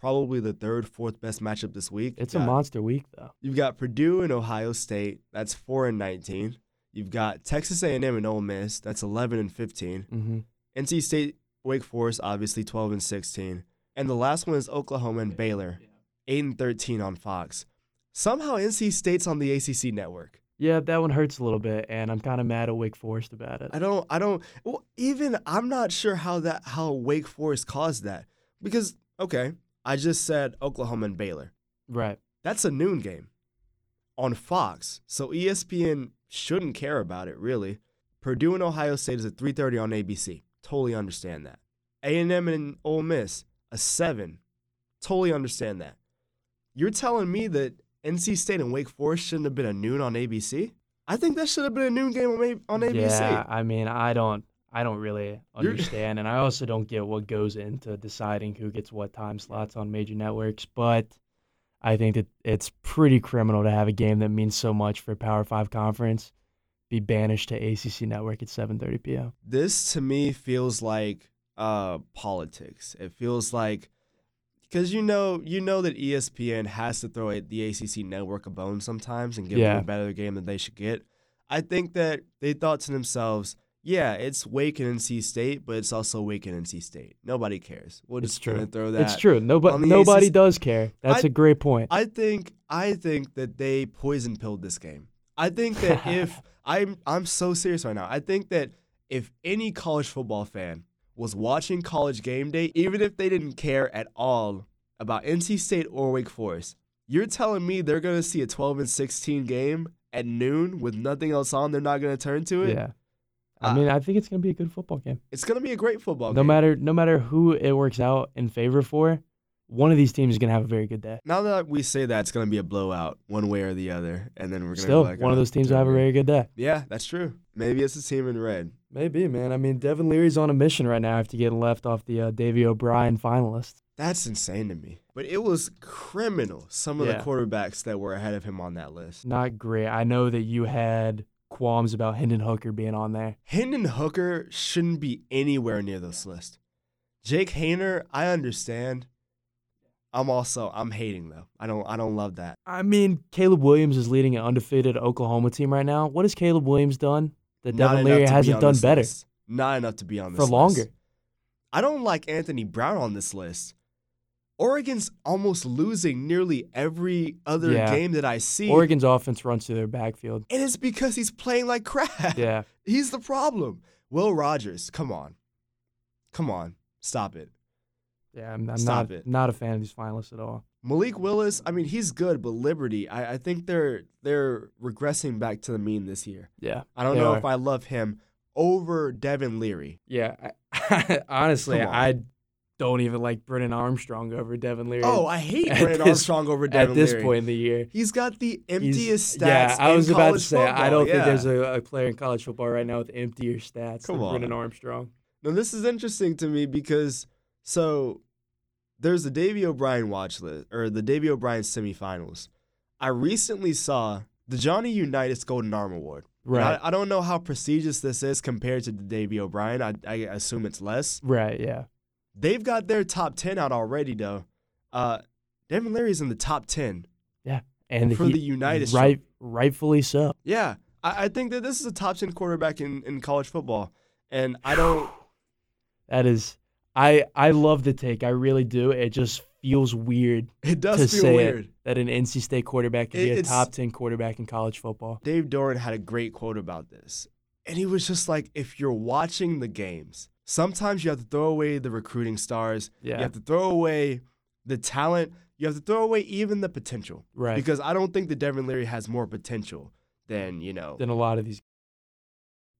[SPEAKER 1] probably the third, fourth best matchup this week.
[SPEAKER 2] It's a
[SPEAKER 1] Got-
[SPEAKER 2] monster week though.
[SPEAKER 1] You've got Purdue and Ohio State. That's four and nineteen. You've got Texas A&M and Ole Miss. That's eleven and fifteen.
[SPEAKER 2] hmm
[SPEAKER 1] NC State, Wake Forest, obviously twelve and sixteen. And the last one is Oklahoma and Baylor, eight and thirteen on Fox. Somehow NC State's on the ACC network.
[SPEAKER 2] Yeah, that one hurts a little bit, and I'm kind of mad at Wake Forest about it.
[SPEAKER 1] I don't. I don't. Well, even I'm not sure how that how Wake Forest caused that because okay, I just said Oklahoma and Baylor.
[SPEAKER 2] Right.
[SPEAKER 1] that's a noon game on Fox. So E ESPN shouldn't care about it really. Purdue and Ohio State is at 3:30 on ABC. Totally understand that. A&M and Ole Miss a 7. Totally understand that. You're telling me that NC State and Wake Forest shouldn't have been a noon on ABC? I think that should have been a noon game on A- on ABC.
[SPEAKER 2] Yeah, I mean, I don't I don't really
[SPEAKER 1] You're-
[SPEAKER 2] understand, and I also don't get what goes into deciding who gets what time slots on major networks. But I think that it's pretty criminal to have a game that means so much for a Power Five conference be banished to ACC network at 7:30 p.m.
[SPEAKER 1] this to me feels like uh politics it feels like because you know you know that E espn has to throw it- the acc network a bone sometimes and give
[SPEAKER 2] Yeah.
[SPEAKER 1] them a better game than they should get i think that they thought to themselves yeah it's wake and nc state but it's also wake and nc state nobody cares we'll
[SPEAKER 2] It's
[SPEAKER 1] just gonna
[SPEAKER 2] true.
[SPEAKER 1] throw that
[SPEAKER 2] It's true. Nobody
[SPEAKER 1] on the
[SPEAKER 2] nobody
[SPEAKER 1] ACC
[SPEAKER 2] does care. That's a
[SPEAKER 1] I-
[SPEAKER 2] great point.
[SPEAKER 1] I think I think that they poison pilled this game. I think that if I'm I'm so serious right now. I think that if any college football fan was watching college game day, even if they didn't care at all about NC State or Wake Forest, You're telling me they're going to see a 12 and 16 game at noon with nothing else on. They're not going to turn to it.
[SPEAKER 2] Yeah. I
[SPEAKER 1] Uh,
[SPEAKER 2] mean, I think it's gonna be a good football game.
[SPEAKER 1] It's going to be a great football
[SPEAKER 2] No
[SPEAKER 1] game.
[SPEAKER 2] matter no matter who it works out in favor for, one of these teams is gonna have a very good day.
[SPEAKER 1] Now that we say that, it's going to be a blowout one way or the other. And then we're going to
[SPEAKER 2] Still,
[SPEAKER 1] be like,
[SPEAKER 2] one of
[SPEAKER 1] oh,
[SPEAKER 2] those teams will have a
[SPEAKER 1] whatever.
[SPEAKER 2] very good day.
[SPEAKER 1] Yeah, that's true. Maybe it's a team in red.
[SPEAKER 2] Maybe, man. I mean, Devin Leary's on a mission right now after getting left off the uh, Davy O'Brien finalists.
[SPEAKER 1] That's insane to me. But it was criminal, some of
[SPEAKER 2] Yeah.
[SPEAKER 1] the quarterbacks that were ahead of him on that list.
[SPEAKER 2] Not great. I know that you had qualms about Hendon Hooker being on there.
[SPEAKER 1] Hendon Hooker shouldn't be anywhere near this list. Jake Hayner, I understand. I'm also I'm hating though. I don't I don't love that.
[SPEAKER 2] I mean, Caleb Williams is leading an undefeated Oklahoma team right now. What has Caleb Williams done that
[SPEAKER 1] Not
[SPEAKER 2] Devin
[SPEAKER 1] enough
[SPEAKER 2] Leary
[SPEAKER 1] to be
[SPEAKER 2] hasn't
[SPEAKER 1] on
[SPEAKER 2] done
[SPEAKER 1] this
[SPEAKER 2] better
[SPEAKER 1] list. Not enough to be on this
[SPEAKER 2] for
[SPEAKER 1] list.
[SPEAKER 2] longer?
[SPEAKER 1] I don't like Anthony Brown on this list. Oregon's almost losing nearly every other
[SPEAKER 2] Yeah.
[SPEAKER 1] game that I see.
[SPEAKER 2] Oregon's offense runs through their backfield.
[SPEAKER 1] and it's because he's playing like crap.
[SPEAKER 2] Yeah.
[SPEAKER 1] He's the problem. Will Rogers, come on. Come on. Stop it.
[SPEAKER 2] Yeah, I'm, I'm
[SPEAKER 1] Stop
[SPEAKER 2] not
[SPEAKER 1] it.
[SPEAKER 2] not a fan of these finalists at all.
[SPEAKER 1] Malik Willis, I mean, he's good, but Liberty, I, I think they're they're regressing back to the mean this year.
[SPEAKER 2] Yeah.
[SPEAKER 1] I don't
[SPEAKER 2] They
[SPEAKER 1] know
[SPEAKER 2] are.
[SPEAKER 1] if I love him over Devin Leary.
[SPEAKER 2] Yeah. I, honestly,
[SPEAKER 1] Come on.
[SPEAKER 2] I don't even like Brennan Armstrong over Devin Leary.
[SPEAKER 1] Oh, I hate
[SPEAKER 2] At
[SPEAKER 1] Brandon
[SPEAKER 2] this-
[SPEAKER 1] Armstrong over Devin
[SPEAKER 2] at this
[SPEAKER 1] Leary.
[SPEAKER 2] point in the year.
[SPEAKER 1] He's got the
[SPEAKER 2] he's-
[SPEAKER 1] emptiest stats.
[SPEAKER 2] Yeah, I
[SPEAKER 1] in
[SPEAKER 2] was about to
[SPEAKER 1] college
[SPEAKER 2] say I
[SPEAKER 1] football,
[SPEAKER 2] don't
[SPEAKER 1] yeah.
[SPEAKER 2] think there's a, a player in college football right now with emptier stats
[SPEAKER 1] Come
[SPEAKER 2] than
[SPEAKER 1] on.
[SPEAKER 2] Brennan Armstrong.
[SPEAKER 1] Now this is interesting to me because so there's the Davy O'Brien watch list or the Davy O'Brien semifinals. I recently saw the Johnny Unitas Golden Arm Award. And
[SPEAKER 2] Right.
[SPEAKER 1] I, I don't know how prestigious this is compared to the Davy O'Brien. I, I assume it's less.
[SPEAKER 2] Right, yeah.
[SPEAKER 1] They've got their top ten out already though. Uh, Devin Leary's in the top ten.
[SPEAKER 2] And
[SPEAKER 1] For
[SPEAKER 2] he-
[SPEAKER 1] the United
[SPEAKER 2] right rightfully so.
[SPEAKER 1] Yeah, I, I think that this is a top ten quarterback in, in college football, and I don't.
[SPEAKER 2] That is I I love the take. I really do. It just feels weird
[SPEAKER 1] It
[SPEAKER 2] to
[SPEAKER 1] does feel
[SPEAKER 2] say
[SPEAKER 1] weird.
[SPEAKER 2] It, that an NC State quarterback could
[SPEAKER 1] It-
[SPEAKER 2] be a
[SPEAKER 1] it's-
[SPEAKER 2] top 10 quarterback in college football.
[SPEAKER 1] Dave Doran had a great quote about this. And he was just like, if you're watching the games, sometimes you have to throw away the recruiting stars.
[SPEAKER 2] Yeah.
[SPEAKER 1] You have to throw away the talent. You have to throw away even the potential.
[SPEAKER 2] Right.
[SPEAKER 1] Because I don't think that Devin Leary has more potential than, you know.
[SPEAKER 2] than a lot of these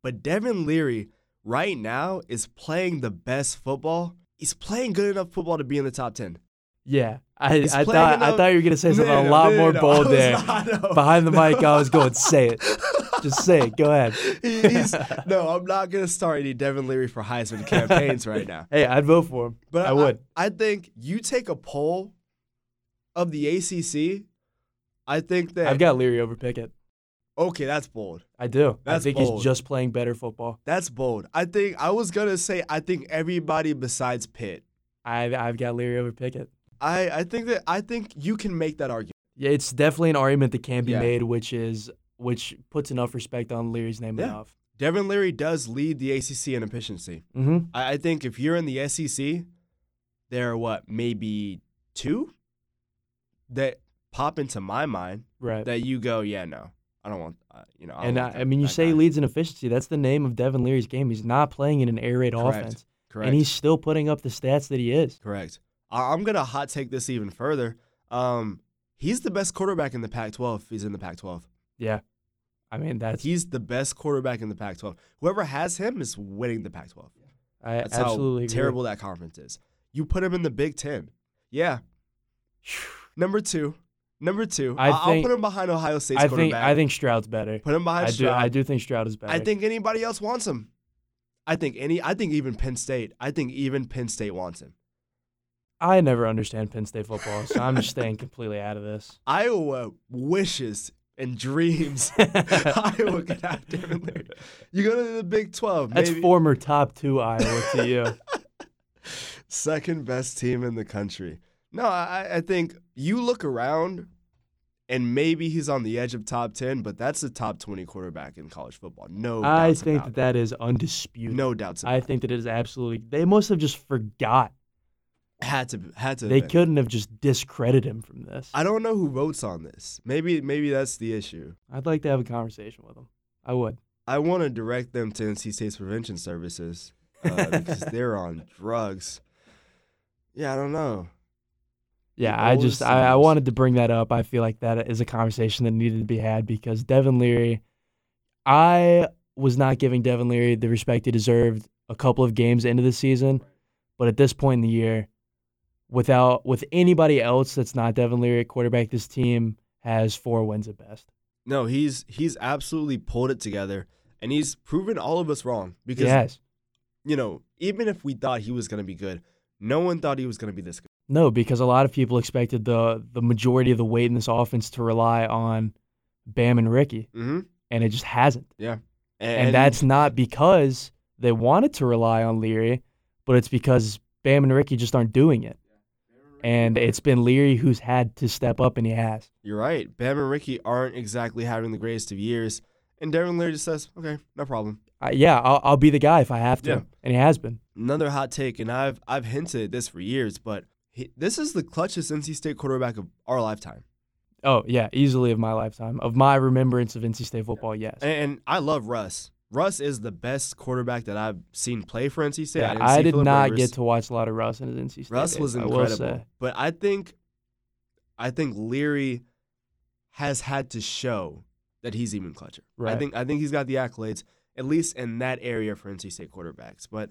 [SPEAKER 1] But Devin Leary right now is playing the best football. He's playing good enough football to be in the top 10.
[SPEAKER 2] Yeah. I,
[SPEAKER 1] He's
[SPEAKER 2] I
[SPEAKER 1] playing
[SPEAKER 2] thought I
[SPEAKER 1] enough-
[SPEAKER 2] thought you were gonna say something
[SPEAKER 1] No,
[SPEAKER 2] a lot
[SPEAKER 1] no,
[SPEAKER 2] more
[SPEAKER 1] no, I
[SPEAKER 2] bold
[SPEAKER 1] was
[SPEAKER 2] there.
[SPEAKER 1] not, no.
[SPEAKER 2] Behind the mic, I was going, say it. Just say it. Go ahead.
[SPEAKER 1] He- he's, no, I'm not going to start any Devin Leary for Heisman campaigns right now.
[SPEAKER 2] Hey, I'd vote for him.
[SPEAKER 1] But
[SPEAKER 2] I would.
[SPEAKER 1] I, think you take a poll of the ACC. I think that
[SPEAKER 2] I've got Leary over Pickett.
[SPEAKER 1] okay, that's bold.
[SPEAKER 2] I do. I
[SPEAKER 1] That's
[SPEAKER 2] think
[SPEAKER 1] bold.
[SPEAKER 2] he's just playing better football.
[SPEAKER 1] That's bold. I think I was gonna say I think everybody besides Pitt.
[SPEAKER 2] I've, I've got Leary over Pickett.
[SPEAKER 1] I I think that I think you can make that argument.
[SPEAKER 2] Yeah, it's definitely an argument that can be
[SPEAKER 1] Yeah.
[SPEAKER 2] made, which is which puts enough respect on Leary's name
[SPEAKER 1] Yeah.
[SPEAKER 2] enough.
[SPEAKER 1] Devin Leary does lead the ACC in efficiency.
[SPEAKER 2] Mm-hmm.
[SPEAKER 1] I, I think if you're in the SEC, there are what maybe two that pop into my mind
[SPEAKER 2] Right.
[SPEAKER 1] that you go, yeah, no, I don't want, uh, you know. I don't
[SPEAKER 2] and I,
[SPEAKER 1] want
[SPEAKER 2] I
[SPEAKER 1] that-
[SPEAKER 2] mean, you
[SPEAKER 1] that
[SPEAKER 2] say
[SPEAKER 1] guy."
[SPEAKER 2] leads in efficiency. That's the name of Devin Leary's game. He's not playing in an air raid
[SPEAKER 1] Correct.
[SPEAKER 2] offense,
[SPEAKER 1] correct.
[SPEAKER 2] and he's still putting up the stats that he is.
[SPEAKER 1] Correct. I- I'm gonna hot take this even further. Um, he's the best quarterback in the Pac-12. If he's in the Pac-12.
[SPEAKER 2] Yeah. I mean, that's
[SPEAKER 1] He's the best quarterback in the Pac-12. Whoever has him is winning the Pac-12.
[SPEAKER 2] I
[SPEAKER 1] That's
[SPEAKER 2] absolutely
[SPEAKER 1] how
[SPEAKER 2] agree.
[SPEAKER 1] terrible that conference is. You put him in the Big Ten. Yeah. Number two. Number two.
[SPEAKER 2] I
[SPEAKER 1] I will
[SPEAKER 2] think-
[SPEAKER 1] put him behind Ohio State's
[SPEAKER 2] I think
[SPEAKER 1] quarterback.
[SPEAKER 2] I think Stroud's better.
[SPEAKER 1] put him behind
[SPEAKER 2] I do
[SPEAKER 1] Stroud.
[SPEAKER 2] I do think Stroud is better.
[SPEAKER 1] I think anybody else wants him. I think any. I think even Penn State. I think even Penn State wants him.
[SPEAKER 2] I never understand Penn State football, so I'm just staying completely out of this.
[SPEAKER 1] Iowa wishes and dreams Iowa could have Devin Leary. You go to the Big 12,
[SPEAKER 2] That's
[SPEAKER 1] maybe
[SPEAKER 2] former top two Iowa to you.
[SPEAKER 1] second best team in the country. No, I, I think you look around and maybe he's on the edge of top 10, but that's the top 20 quarterback in college football. No
[SPEAKER 2] I
[SPEAKER 1] doubts
[SPEAKER 2] think
[SPEAKER 1] about
[SPEAKER 2] that that is
[SPEAKER 1] it.
[SPEAKER 2] undisputed.
[SPEAKER 1] No doubts about
[SPEAKER 2] I think that it is absolutely. They must have just forgot.
[SPEAKER 1] it. Had to, had to. have
[SPEAKER 2] They
[SPEAKER 1] been.
[SPEAKER 2] couldn't have just discredited him from this.
[SPEAKER 1] I don't know who votes on this. Maybe, maybe that's the issue.
[SPEAKER 2] I'd like to have a conversation with him. I would.
[SPEAKER 1] I want to direct them to NC State's prevention services uh, because they're on drugs. Yeah, I don't know.
[SPEAKER 2] Yeah,
[SPEAKER 1] It
[SPEAKER 2] I
[SPEAKER 1] always
[SPEAKER 2] just I, I
[SPEAKER 1] seems-
[SPEAKER 2] wanted to bring that up. I feel like that is a conversation that needed to be had because Devin Leary, I was not giving Devin Leary the respect he deserved a couple of games into the season, but at this point in the year, without with anybody else that's not Devin Leary at quarterback, this team has four wins at best.
[SPEAKER 1] No, he's he's absolutely pulled it together, and he's proven all of us wrong because
[SPEAKER 2] yes,
[SPEAKER 1] you know even if we thought he was gonna be good, no one thought he was gonna be this good.
[SPEAKER 2] no, because a lot of people expected the the majority of the weight in this offense to rely on Bam and Ricky,
[SPEAKER 1] Mm-hmm.
[SPEAKER 2] and it just hasn't.
[SPEAKER 1] And,
[SPEAKER 2] And, that's not because they wanted to rely on Leary, but it's because Bam and Ricky just aren't doing it. And it's been Leary who's had to step up, and he has.
[SPEAKER 1] you're right. Bam and Ricky aren't exactly having the greatest of years, and Darren Leary just says, "Okay, no problem."
[SPEAKER 2] I, yeah, I'll, I'll be the guy if I have to,
[SPEAKER 1] Yeah.
[SPEAKER 2] and he has been.
[SPEAKER 1] Another hot take, and I've I've hinted at this for years, but he, this is the clutchest NC State quarterback of our lifetime,
[SPEAKER 2] Oh yeah, easily of my lifetime, of my remembrance of NC State football. Yes,
[SPEAKER 1] and, and I love Russ. Russ is the best quarterback that I've seen play for NC State.
[SPEAKER 2] yeah,
[SPEAKER 1] didn't
[SPEAKER 2] I
[SPEAKER 1] see
[SPEAKER 2] did
[SPEAKER 1] Phillip
[SPEAKER 2] not
[SPEAKER 1] Rivers.
[SPEAKER 2] get to watch a lot of Russ in his NC State.
[SPEAKER 1] Russ
[SPEAKER 2] days,
[SPEAKER 1] was
[SPEAKER 2] I will say.
[SPEAKER 1] incredible, but I think, I think Leary has had to show that he's even clutcher. I
[SPEAKER 2] Right.
[SPEAKER 1] think I think he's got the accolades at least in that area for NC State quarterbacks. But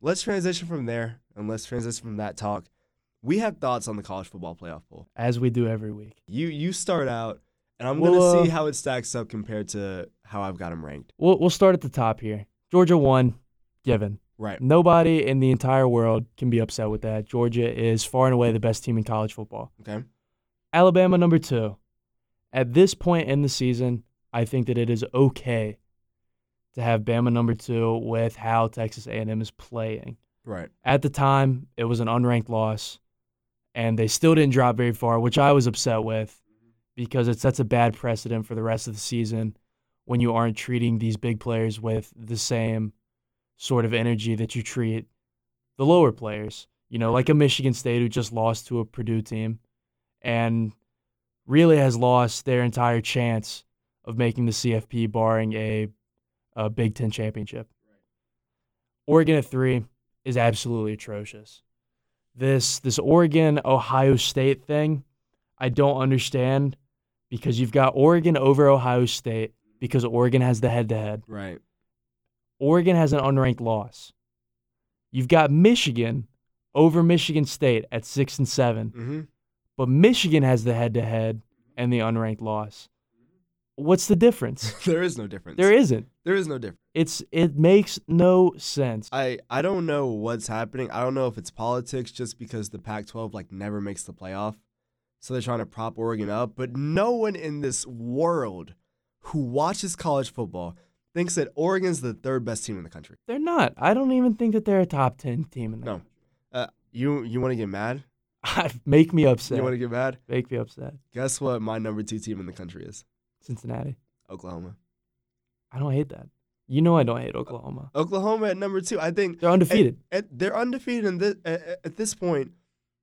[SPEAKER 1] let's transition from there and let's transition from that talk. We have thoughts on the college football playoff poll.
[SPEAKER 2] as we do every week.
[SPEAKER 1] You you start out, and I'm
[SPEAKER 2] Well,
[SPEAKER 1] gonna
[SPEAKER 2] uh,
[SPEAKER 1] see how it stacks up compared to how I've got him ranked.
[SPEAKER 2] We'll we'll start at the top here. Georgia won, given.
[SPEAKER 1] Right.
[SPEAKER 2] Nobody in the entire world can be upset with that. Georgia is far and away the best team in college football.
[SPEAKER 1] Okay.
[SPEAKER 2] Alabama, number two. At this point in the season, I think that it is okay to have Bama number two with how Texas A&M is playing.
[SPEAKER 1] Right.
[SPEAKER 2] At the time, it was an unranked loss, and they still didn't drop very far, which I was upset with because it sets a bad precedent for the rest of the season when you aren't treating these big players with the same sort of energy that you treat the lower players. You know, like a Michigan State who just lost to a Purdue team and really has lost their entire chance of making the CFP, barring a, a Big Ten championship. Oregon at three is absolutely atrocious. This this Oregon Ohio State thing, I don't understand because you've got Oregon over Ohio State because Oregon has the head to head.
[SPEAKER 1] Right.
[SPEAKER 2] Oregon has an unranked loss. You've got Michigan over Michigan State at 6 and 7,
[SPEAKER 1] Mm-hmm.
[SPEAKER 2] but Michigan has the head to head and the unranked loss. What's the difference?
[SPEAKER 1] there is no difference.
[SPEAKER 2] there isn't.
[SPEAKER 1] There is no difference.
[SPEAKER 2] It's it makes no sense.
[SPEAKER 1] I, I don't know what's happening. I don't know if it's politics just because the Pac-12 like never makes the playoff. So they're trying to prop Oregon up, but no one in this world who watches college football thinks that Oregon's the third best team in the country.
[SPEAKER 2] They're not. I don't even think that they're a top 10 team in that.
[SPEAKER 1] No. Uh, you you want to get mad?
[SPEAKER 2] Make me upset.
[SPEAKER 1] You want to get mad?
[SPEAKER 2] Make me upset.
[SPEAKER 1] Guess what my number 2 team in the country is?
[SPEAKER 2] Cincinnati.
[SPEAKER 1] Oklahoma.
[SPEAKER 2] I don't hate that. You know I don't hate Oklahoma.
[SPEAKER 1] Oklahoma at number 2. I think
[SPEAKER 2] They're undefeated.
[SPEAKER 1] At, at- they're undefeated in this, at, at this point.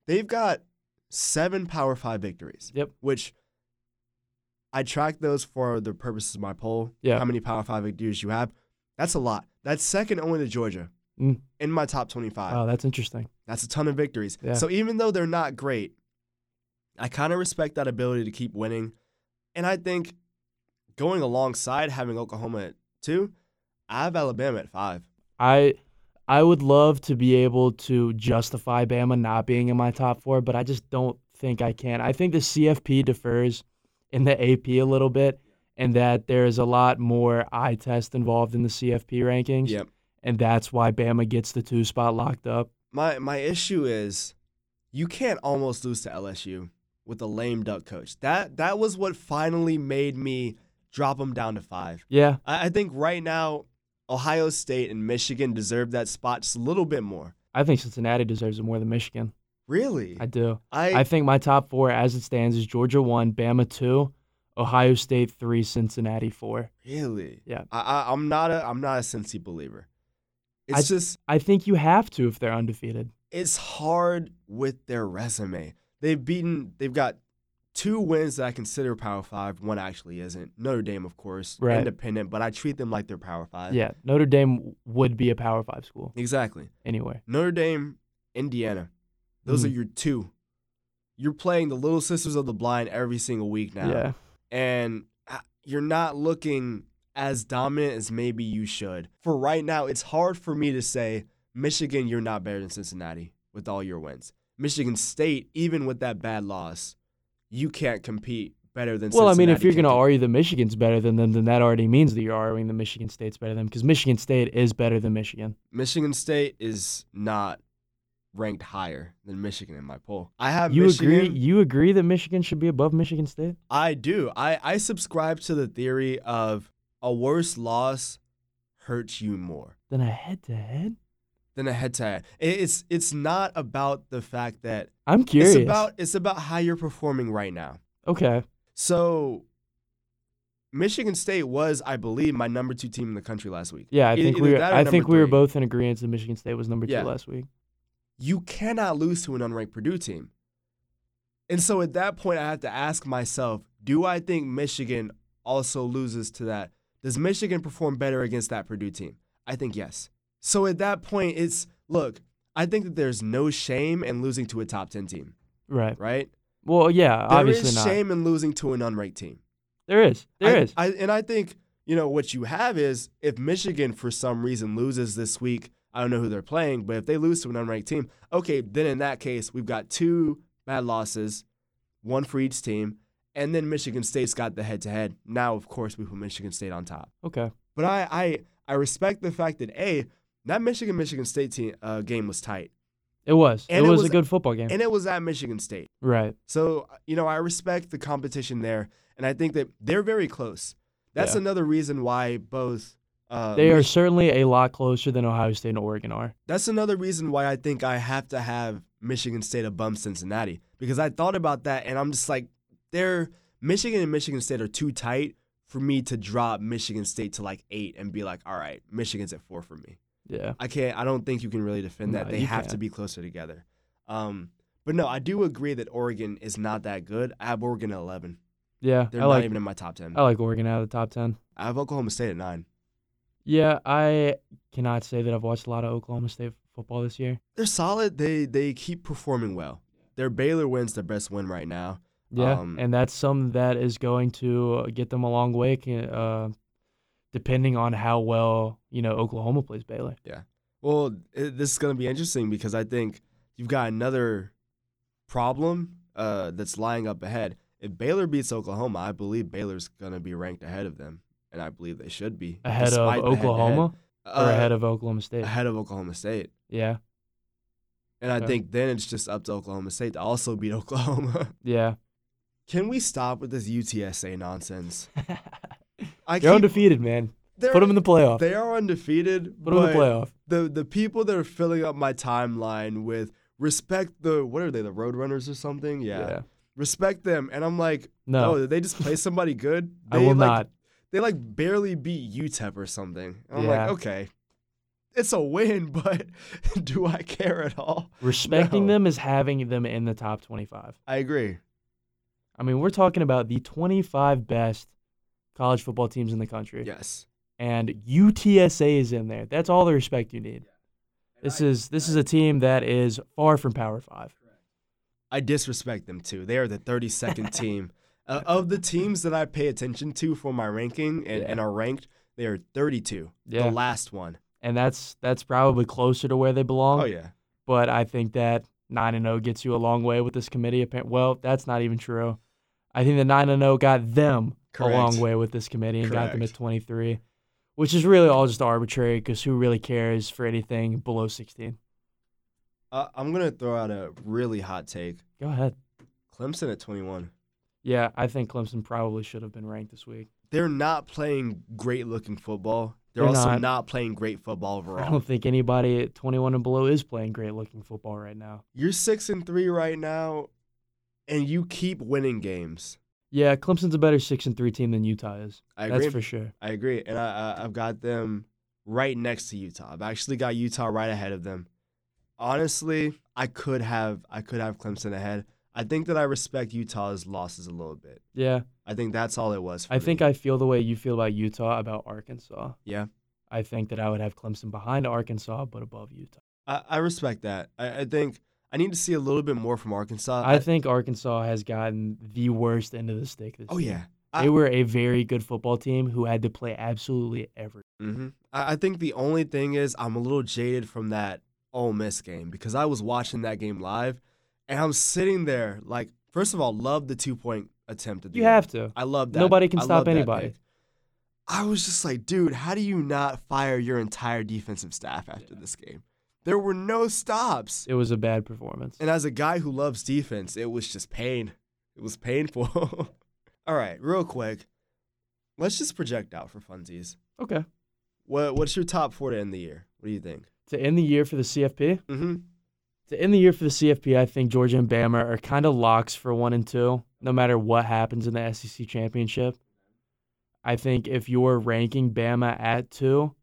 [SPEAKER 1] They've got seven Power Five victories.
[SPEAKER 2] Yep.
[SPEAKER 1] Which I track those for the purposes of my poll.
[SPEAKER 2] Yeah.
[SPEAKER 1] How many Power Five victories you have? That's a lot. That's second only to Georgia
[SPEAKER 2] Mm.
[SPEAKER 1] in my top twenty-five.
[SPEAKER 2] Wow, that's interesting.
[SPEAKER 1] That's a ton of victories.
[SPEAKER 2] Yeah.
[SPEAKER 1] So even though they're not great, I kind of respect that ability to keep winning. And I think going alongside having Oklahoma at two, I have Alabama at five.
[SPEAKER 2] I I would love to be able to justify Bama not being in my top four, but I just don't think I can. I think the CFP defers in the AP a little bit, and that there is a lot more eye test involved in the CFP rankings,
[SPEAKER 1] Yep.
[SPEAKER 2] and that's why Bama gets the two spot locked up.
[SPEAKER 1] My my issue is you can't almost lose to LSU with a lame duck coach. That that was what finally made me drop them down to five.
[SPEAKER 2] Yeah,
[SPEAKER 1] I, I think right now Ohio State and Michigan deserve that spot just a little bit more.
[SPEAKER 2] I think Cincinnati deserves it more than Michigan.
[SPEAKER 1] Really?
[SPEAKER 2] I do.
[SPEAKER 1] I,
[SPEAKER 2] I think my top four as it stands is Georgia one, Bama two, Ohio State three, Cincinnati four.
[SPEAKER 1] really.
[SPEAKER 2] Yeah.
[SPEAKER 1] I, I I'm not a I'm not a Cincy believer. It's
[SPEAKER 2] I-
[SPEAKER 1] just
[SPEAKER 2] I think you have to if they're undefeated.
[SPEAKER 1] it's hard with their resume. They've beaten they've got two wins that I consider power five, one actually isn't. Notre Dame, of course,
[SPEAKER 2] Right.
[SPEAKER 1] independent, but I treat them like they're power five.
[SPEAKER 2] yeah, Notre Dame would be a Power Five school
[SPEAKER 1] Exactly.
[SPEAKER 2] anyway. Hmm.
[SPEAKER 1] Notre Dame, Indiana. Those are your two. you're playing the Little Sisters of the Blind every single week now,
[SPEAKER 2] Yeah.
[SPEAKER 1] and uh, you're not looking as dominant as maybe you should. For right now, it's hard for me to say Michigan, you're not better than Cincinnati with all your wins. Michigan State, even with that bad loss, you can't compete better than.
[SPEAKER 2] Well, I mean, if
[SPEAKER 1] Cincinnati
[SPEAKER 2] you're
[SPEAKER 1] can
[SPEAKER 2] going to
[SPEAKER 1] compete.
[SPEAKER 2] argue that Michigan's better than them, then that already means that you're arguing that Michigan State's better than them because Michigan State is better than Michigan.
[SPEAKER 1] Michigan State is not ranked higher than Michigan in my poll. I have
[SPEAKER 2] You
[SPEAKER 1] Uh, Michigan.
[SPEAKER 2] agree? You agree that Michigan should be above Michigan State?
[SPEAKER 1] I do. I, I subscribe to the theory of a worse loss hurts you more
[SPEAKER 2] Then a head-to-head?
[SPEAKER 1] than a head to head. It's it's not about the fact that
[SPEAKER 2] I'm curious.
[SPEAKER 1] it's about it's about how you're performing right now.
[SPEAKER 2] okay.
[SPEAKER 1] So Michigan State was, I believe, my number two team in the country last week.
[SPEAKER 2] Yeah, I
[SPEAKER 1] Either-
[SPEAKER 2] think
[SPEAKER 1] e either
[SPEAKER 2] we were,
[SPEAKER 1] that or
[SPEAKER 2] I
[SPEAKER 1] number
[SPEAKER 2] think we were
[SPEAKER 1] three.
[SPEAKER 2] both in agreement that Michigan State was number two
[SPEAKER 1] Yeah.
[SPEAKER 2] last week.
[SPEAKER 1] you cannot lose to an unranked Purdue team. And so at that point, I have to ask myself do I think Michigan also loses to that? Does Michigan perform better against that Purdue team? I think yes. So at that point, it's look, I think that there's no shame in losing to a top 10 team,
[SPEAKER 2] Right.
[SPEAKER 1] right?
[SPEAKER 2] Well, yeah,
[SPEAKER 1] There
[SPEAKER 2] obviously
[SPEAKER 1] is
[SPEAKER 2] not.
[SPEAKER 1] shame in losing to an unranked team.
[SPEAKER 2] There is. There
[SPEAKER 1] I-
[SPEAKER 2] is.
[SPEAKER 1] I, and I think, you know, what you have is if Michigan for some reason loses this week, I don't know who they're playing, but if they lose to an unranked team, okay, then in that case, we've got two bad losses, one for each team, and then Michigan State's got the head to head. Now, of course, we put Michigan State on top.
[SPEAKER 2] okay.
[SPEAKER 1] But I, I, I respect the fact that, A, that Michigan Michigan State team, uh, game was tight,
[SPEAKER 2] It was. It
[SPEAKER 1] and it
[SPEAKER 2] was, a
[SPEAKER 1] was-
[SPEAKER 2] good football game.
[SPEAKER 1] and it was at Michigan State.
[SPEAKER 2] right.
[SPEAKER 1] So, uh, you know, I respect the competition there, and I think that they're very close. That's
[SPEAKER 2] Yeah.
[SPEAKER 1] another reason why both. Uh,
[SPEAKER 2] They are
[SPEAKER 1] Mich-
[SPEAKER 2] certainly a lot closer than Ohio State and Oregon are.
[SPEAKER 1] That's another reason why I think I have to have Michigan State above Cincinnati because I thought about that, and I'm just like, they're Michigan and Michigan State are too tight for me to drop Michigan State to like eight and be like, all right, Michigan's at four for me.
[SPEAKER 2] Yeah.
[SPEAKER 1] I can't. I don't think you can really defend that.
[SPEAKER 2] No,
[SPEAKER 1] they
[SPEAKER 2] you
[SPEAKER 1] have to
[SPEAKER 2] can't.
[SPEAKER 1] be closer together. Um, but no, I do agree that Oregon is not that good. I have Oregon at eleven.
[SPEAKER 2] Yeah.
[SPEAKER 1] They're
[SPEAKER 2] I
[SPEAKER 1] not
[SPEAKER 2] like
[SPEAKER 1] even in my top ten.
[SPEAKER 2] I like Oregon out of the top ten.
[SPEAKER 1] I have Oklahoma State at nine.
[SPEAKER 2] Yeah, I cannot say that I've watched a lot of Oklahoma State football this year.
[SPEAKER 1] They're solid. They they keep performing well. Their Baylor wins their best win right now.
[SPEAKER 2] Yeah,
[SPEAKER 1] Um,
[SPEAKER 2] and that's something that is going to uh, get them a long way, ca- uh, depending on how well you know Oklahoma plays Baylor.
[SPEAKER 1] Well, it, this is going to be interesting because I think you've got another problem uh, that's lying up ahead. If Baylor beats Oklahoma, I believe Baylor's going to be ranked ahead of them, and I believe they should be
[SPEAKER 2] Ahead
[SPEAKER 1] despite
[SPEAKER 2] of
[SPEAKER 1] the head-to-head.
[SPEAKER 2] Oklahoma
[SPEAKER 1] Uh,
[SPEAKER 2] or ahead of Oklahoma State.
[SPEAKER 1] ahead of Oklahoma State.
[SPEAKER 2] Yeah,
[SPEAKER 1] And I
[SPEAKER 2] Okay.
[SPEAKER 1] think then it's just up to Oklahoma State to also beat Oklahoma.
[SPEAKER 2] yeah.
[SPEAKER 1] Can we stop with this UTSA nonsense? I
[SPEAKER 2] They're
[SPEAKER 1] keep-
[SPEAKER 2] undefeated, man.
[SPEAKER 1] they're-
[SPEAKER 2] Put them in the playoff.
[SPEAKER 1] They are undefeated.
[SPEAKER 2] Put them in the
[SPEAKER 1] but
[SPEAKER 2] playoff.
[SPEAKER 1] The the people that are filling up my timeline with respect the what are they the Roadrunners or something? Yeah. Respect them, and I'm like,
[SPEAKER 2] No,
[SPEAKER 1] oh, did they just play somebody good?
[SPEAKER 2] I
[SPEAKER 1] They
[SPEAKER 2] will
[SPEAKER 1] like,
[SPEAKER 2] not.
[SPEAKER 1] They like barely beat UTEP or something. And I'm
[SPEAKER 2] Yeah.
[SPEAKER 1] like, okay, it's a win, but do I care at all?
[SPEAKER 2] Respecting
[SPEAKER 1] No.
[SPEAKER 2] them is having them in the top 25.
[SPEAKER 1] I agree.
[SPEAKER 2] I mean, we're talking about the 25 best college football teams in the country.
[SPEAKER 1] Yes.
[SPEAKER 2] and UTSA is in there. That's all the respect you need. This is this is a team that is far from Power Five.
[SPEAKER 1] I disrespect them too. They are the 32nd team. Uh, of the teams that I pay attention to for my ranking and,
[SPEAKER 2] Yeah.
[SPEAKER 1] and are ranked, they are 32,
[SPEAKER 2] Yeah.
[SPEAKER 1] the last one.
[SPEAKER 2] And that's that's probably closer to where they belong.
[SPEAKER 1] Oh, yeah.
[SPEAKER 2] But I think that nine and zero gets you a long way with this committee. Appar- Well, that's not even true. I think the nine and zero got them a long
[SPEAKER 1] Correct.
[SPEAKER 2] way with this committee and got them at
[SPEAKER 1] Correct.
[SPEAKER 2] twenty three, which is really all just arbitrary because who really cares for anything below sixteen?
[SPEAKER 1] Uh, I'm going to throw out a really hot take
[SPEAKER 2] Go ahead.
[SPEAKER 1] Clemson at 21.
[SPEAKER 2] Yeah, I think Clemson probably should have been ranked this week.
[SPEAKER 1] They're not playing great looking football. They're,
[SPEAKER 2] They're
[SPEAKER 1] also
[SPEAKER 2] not.
[SPEAKER 1] not. playing great football
[SPEAKER 2] I
[SPEAKER 1] overall.
[SPEAKER 2] don't think anybody at 21 and below is playing great looking football right now.
[SPEAKER 1] You're 6 and 3 right now, and you keep winning games.
[SPEAKER 2] Yeah, Clemson's a better six and three team than Utah is.
[SPEAKER 1] I
[SPEAKER 2] That's
[SPEAKER 1] agree.
[SPEAKER 2] for sure.
[SPEAKER 1] I agree, and I, I I've got them right next to Utah. I've actually got Utah right ahead of them. Honestly, I could have I could have Clemson ahead. I think that I respect Utah's losses a little bit.
[SPEAKER 2] Yeah,
[SPEAKER 1] I think that's all it was. For
[SPEAKER 2] I think
[SPEAKER 1] me.
[SPEAKER 2] I feel the way you feel about Utah about Arkansas.
[SPEAKER 1] Yeah.
[SPEAKER 2] I think that I would have Clemson behind Arkansas but above Utah.
[SPEAKER 1] I, I respect that. I, I think I need to see a little bit more from Arkansas.
[SPEAKER 2] I think Arkansas has gotten the worst end of the stick this
[SPEAKER 1] oh
[SPEAKER 2] year.
[SPEAKER 1] yeah,
[SPEAKER 2] They
[SPEAKER 1] I-
[SPEAKER 2] were a very good football team who had to play absolutely every.
[SPEAKER 1] hmm I, I think the only thing is I'm a little jaded from that Ole Miss game because I was watching that game live, and I'm sitting there like, first of all, love the two point attempt at the
[SPEAKER 2] You
[SPEAKER 1] end.
[SPEAKER 2] have to.
[SPEAKER 1] I love that.
[SPEAKER 2] Nobody can
[SPEAKER 1] I
[SPEAKER 2] stop
[SPEAKER 1] love that
[SPEAKER 2] anybody.
[SPEAKER 1] pick. I was just like, dude, how do you not fire your entire defensive staff after this game? There were no stops.
[SPEAKER 2] It was a bad performance.
[SPEAKER 1] And as a guy who loves defense, it was just pain. It was painful. all right, real quick, let's just project out for funsies.
[SPEAKER 2] Okay.
[SPEAKER 1] What What's your top four to end the year? What do you think?
[SPEAKER 2] To end the year for the CFP,
[SPEAKER 1] Mm-hmm.
[SPEAKER 2] to end the year for the CFP, I think Georgia and Bama are kind of locks for one and two, no matter what happens in the SEC championship. I think if you're ranking Bama at two,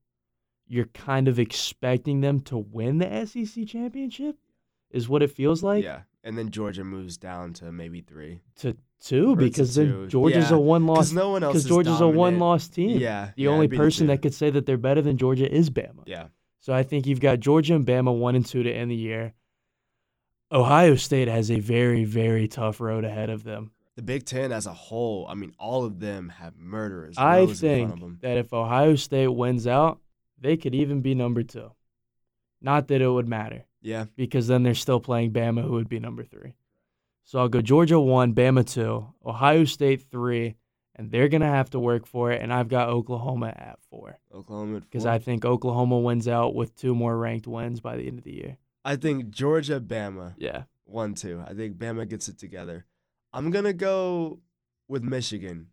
[SPEAKER 2] you're kind of expecting them to win the SEC championship, is what it feels like.
[SPEAKER 1] yeah, and then Georgia moves down to maybe three
[SPEAKER 2] To
[SPEAKER 1] Or
[SPEAKER 2] two,
[SPEAKER 1] it's a
[SPEAKER 2] because
[SPEAKER 1] two.
[SPEAKER 2] then Georgia's
[SPEAKER 1] Yeah,
[SPEAKER 2] a one
[SPEAKER 1] because
[SPEAKER 2] loss.
[SPEAKER 1] no one else.
[SPEAKER 2] Because
[SPEAKER 1] is
[SPEAKER 2] Georgia's a
[SPEAKER 1] dominant.
[SPEAKER 2] one loss team.
[SPEAKER 1] Yeah,
[SPEAKER 2] The
[SPEAKER 1] yeah,
[SPEAKER 2] only
[SPEAKER 1] it'd be the
[SPEAKER 2] person
[SPEAKER 1] two.
[SPEAKER 2] that could say that they're better than Georgia is Bama.
[SPEAKER 1] Yeah,
[SPEAKER 2] So I think you've got Georgia and Bama one and two to end the year. Ohio State has a very, very tough road ahead of them.
[SPEAKER 1] the Big Ten as a whole. I mean, all of them have murderers.
[SPEAKER 2] I
[SPEAKER 1] rows in front of them.
[SPEAKER 2] think that if Ohio State wins out, they could even be number two. Not that it would matter,
[SPEAKER 1] Yeah,
[SPEAKER 2] because then they're still playing Bama, who would be number three. So I'll go Georgia one, Bama two, Ohio State three, and they're gonna have to work for it. And I've got Oklahoma at four.
[SPEAKER 1] Oklahoma. at
[SPEAKER 2] Because
[SPEAKER 1] four.
[SPEAKER 2] I think Oklahoma wins out with two more ranked wins by the end of the year.
[SPEAKER 1] I think Georgia, Bama,
[SPEAKER 2] Yeah.
[SPEAKER 1] one two. I think Bama gets it together. I'm gonna go with Michigan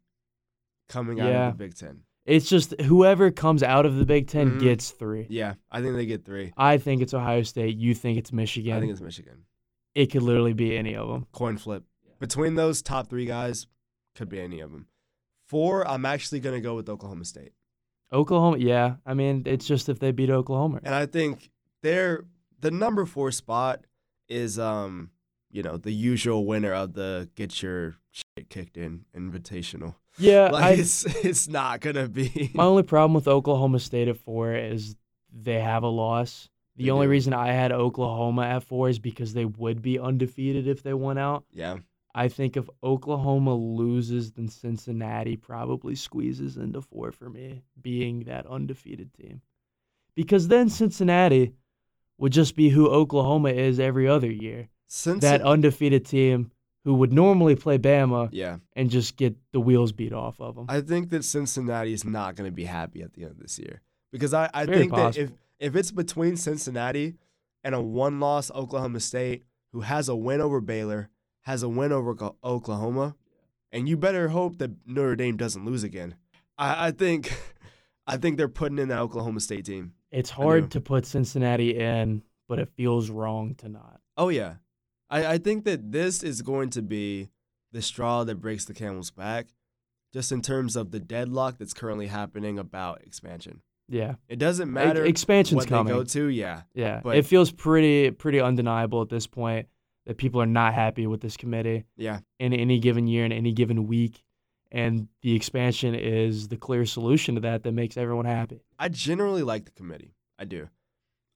[SPEAKER 1] coming out
[SPEAKER 2] Yeah.
[SPEAKER 1] of the Big Ten.
[SPEAKER 2] It's just whoever comes out of the Big 10
[SPEAKER 1] Mhm.
[SPEAKER 2] gets three.
[SPEAKER 1] Yeah, I think they get three.
[SPEAKER 2] I think it's Ohio State. You think it's Michigan.
[SPEAKER 1] I think it's Michigan.
[SPEAKER 2] it could literally be any of them.
[SPEAKER 1] coin flip. Between those top three guys, could be any of them. Four, I'm actually going to go with Oklahoma State.
[SPEAKER 2] Oklahoma, yeah. I mean, it's just if they beat Oklahoma.
[SPEAKER 1] And I think they're the number four spot is, um, you know, the usual winner of the get your shit kicked in invitational.
[SPEAKER 2] Yeah.
[SPEAKER 1] Like,
[SPEAKER 2] I,
[SPEAKER 1] it's, it's not going to be.
[SPEAKER 2] my only problem with Oklahoma State at four is they have a loss. The
[SPEAKER 1] They
[SPEAKER 2] only
[SPEAKER 1] do.
[SPEAKER 2] reason I had Oklahoma at four is because they would be undefeated if they won out.
[SPEAKER 1] yeah.
[SPEAKER 2] I think if Oklahoma loses, then Cincinnati probably squeezes into four for me, being that undefeated team. Because then Cincinnati would just be who Oklahoma is every other year.
[SPEAKER 1] Since
[SPEAKER 2] That undefeated team who would normally play Bama
[SPEAKER 1] yeah,
[SPEAKER 2] and just get the wheels beat off of them.
[SPEAKER 1] I think that Cincinnati is not going to be happy at the end of this year because I, I
[SPEAKER 2] Very
[SPEAKER 1] think that
[SPEAKER 2] possible.
[SPEAKER 1] if if it's between Cincinnati and a one loss Oklahoma State who has a win over Baylor, has a win over Co- Oklahoma, and you better hope that Notre Dame doesn't lose again. I, I think I think they're putting in that Oklahoma State team.
[SPEAKER 2] It's
[SPEAKER 1] do.
[SPEAKER 2] hard to put Cincinnati in, but it feels wrong to not.
[SPEAKER 1] Oh yeah. I, I think that this is going to be the straw that breaks the camel's back, just in terms of the deadlock that's currently happening about expansion.
[SPEAKER 2] Yeah.
[SPEAKER 1] It doesn't
[SPEAKER 2] Ex-
[SPEAKER 1] matter
[SPEAKER 2] expansion's
[SPEAKER 1] what
[SPEAKER 2] coming.
[SPEAKER 1] they go to. Yeah,
[SPEAKER 2] yeah.
[SPEAKER 1] but-
[SPEAKER 2] it feels pretty pretty undeniable at this point that people are not happy with this committee.
[SPEAKER 1] yeah,
[SPEAKER 2] in any given year in any given week and the expansion is the clear solution to that that makes everyone happy
[SPEAKER 1] I generally like the committee. I do,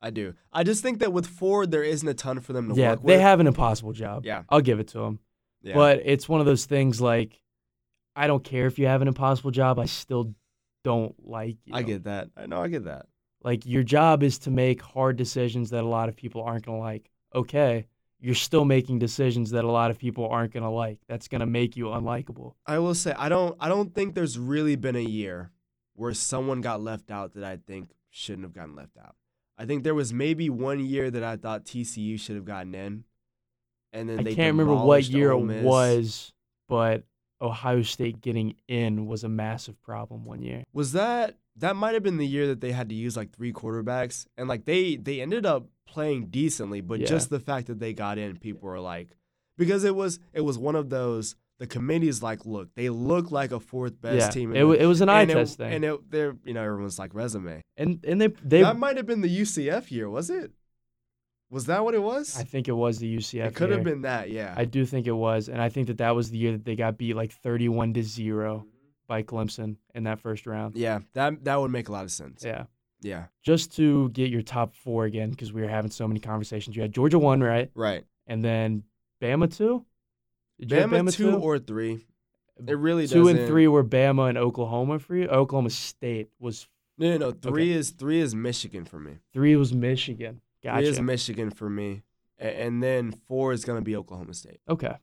[SPEAKER 1] I do. I just think that with Ford, there isn't a ton for them to
[SPEAKER 2] yeah
[SPEAKER 1] work
[SPEAKER 2] they
[SPEAKER 1] with.
[SPEAKER 2] have an impossible job
[SPEAKER 1] Yeah.
[SPEAKER 2] i'll give it to them
[SPEAKER 1] yeah.
[SPEAKER 2] but it's one of those things like i don't care if you have an impossible job i still don't like you
[SPEAKER 1] I get that. I know, I get that.
[SPEAKER 2] like your job is to make hard decisions that a lot of people aren't going to like okay you're still making decisions that a lot of people aren't going to like that's going to make you unlikable
[SPEAKER 1] I will say, I don't, I don't think there's really been a year where someone got left out that I think shouldn't have gotten left out. I think there was maybe one year that I thought TCU should have gotten in, and then
[SPEAKER 2] I
[SPEAKER 1] they
[SPEAKER 2] can't remember what
[SPEAKER 1] demolished
[SPEAKER 2] year
[SPEAKER 1] Ole
[SPEAKER 2] it
[SPEAKER 1] Miss.
[SPEAKER 2] was, but Ohio State getting in was a massive problem one year.
[SPEAKER 1] was that that might have been the year that they had to use like three quarterbacks and like they they ended up playing decently but
[SPEAKER 2] Yeah.
[SPEAKER 1] just the fact that they got in people were like because it was it was one of those the committee's like look they look like a fourth best
[SPEAKER 2] yeah,
[SPEAKER 1] team in
[SPEAKER 2] it, wa-
[SPEAKER 1] the-
[SPEAKER 2] it was an eye
[SPEAKER 1] and it-
[SPEAKER 2] test thing,
[SPEAKER 1] and
[SPEAKER 2] and,
[SPEAKER 1] it, they're you know everyone's like resume
[SPEAKER 2] and they they
[SPEAKER 1] that might have been the UCF year was it was that what it was
[SPEAKER 2] I think it was the UCF.
[SPEAKER 1] it could have
[SPEAKER 2] year.
[SPEAKER 1] been that yeah
[SPEAKER 2] I do think it was, and I think that that was the year that they got beat like
[SPEAKER 1] Mm-hmm.
[SPEAKER 2] thirty-one to zero by Clemson in that first round.
[SPEAKER 1] yeah that that would make a lot of sense
[SPEAKER 2] Yeah,
[SPEAKER 1] Yeah.
[SPEAKER 2] Just to get your top four again, because we were having so many conversations. You had Georgia one, right?
[SPEAKER 1] Right.
[SPEAKER 2] And then Bama two? Did you have
[SPEAKER 1] Bama, two, or three. It really
[SPEAKER 2] two
[SPEAKER 1] doesn't.
[SPEAKER 2] and three were Bama and Oklahoma for you? Oklahoma State was
[SPEAKER 1] No, no, no. Three is three is Michigan for me.
[SPEAKER 2] three was Michigan.
[SPEAKER 1] Three is
[SPEAKER 2] Gotcha.
[SPEAKER 1] Michigan for me, A- and then four is gonna be Oklahoma State.
[SPEAKER 2] okay.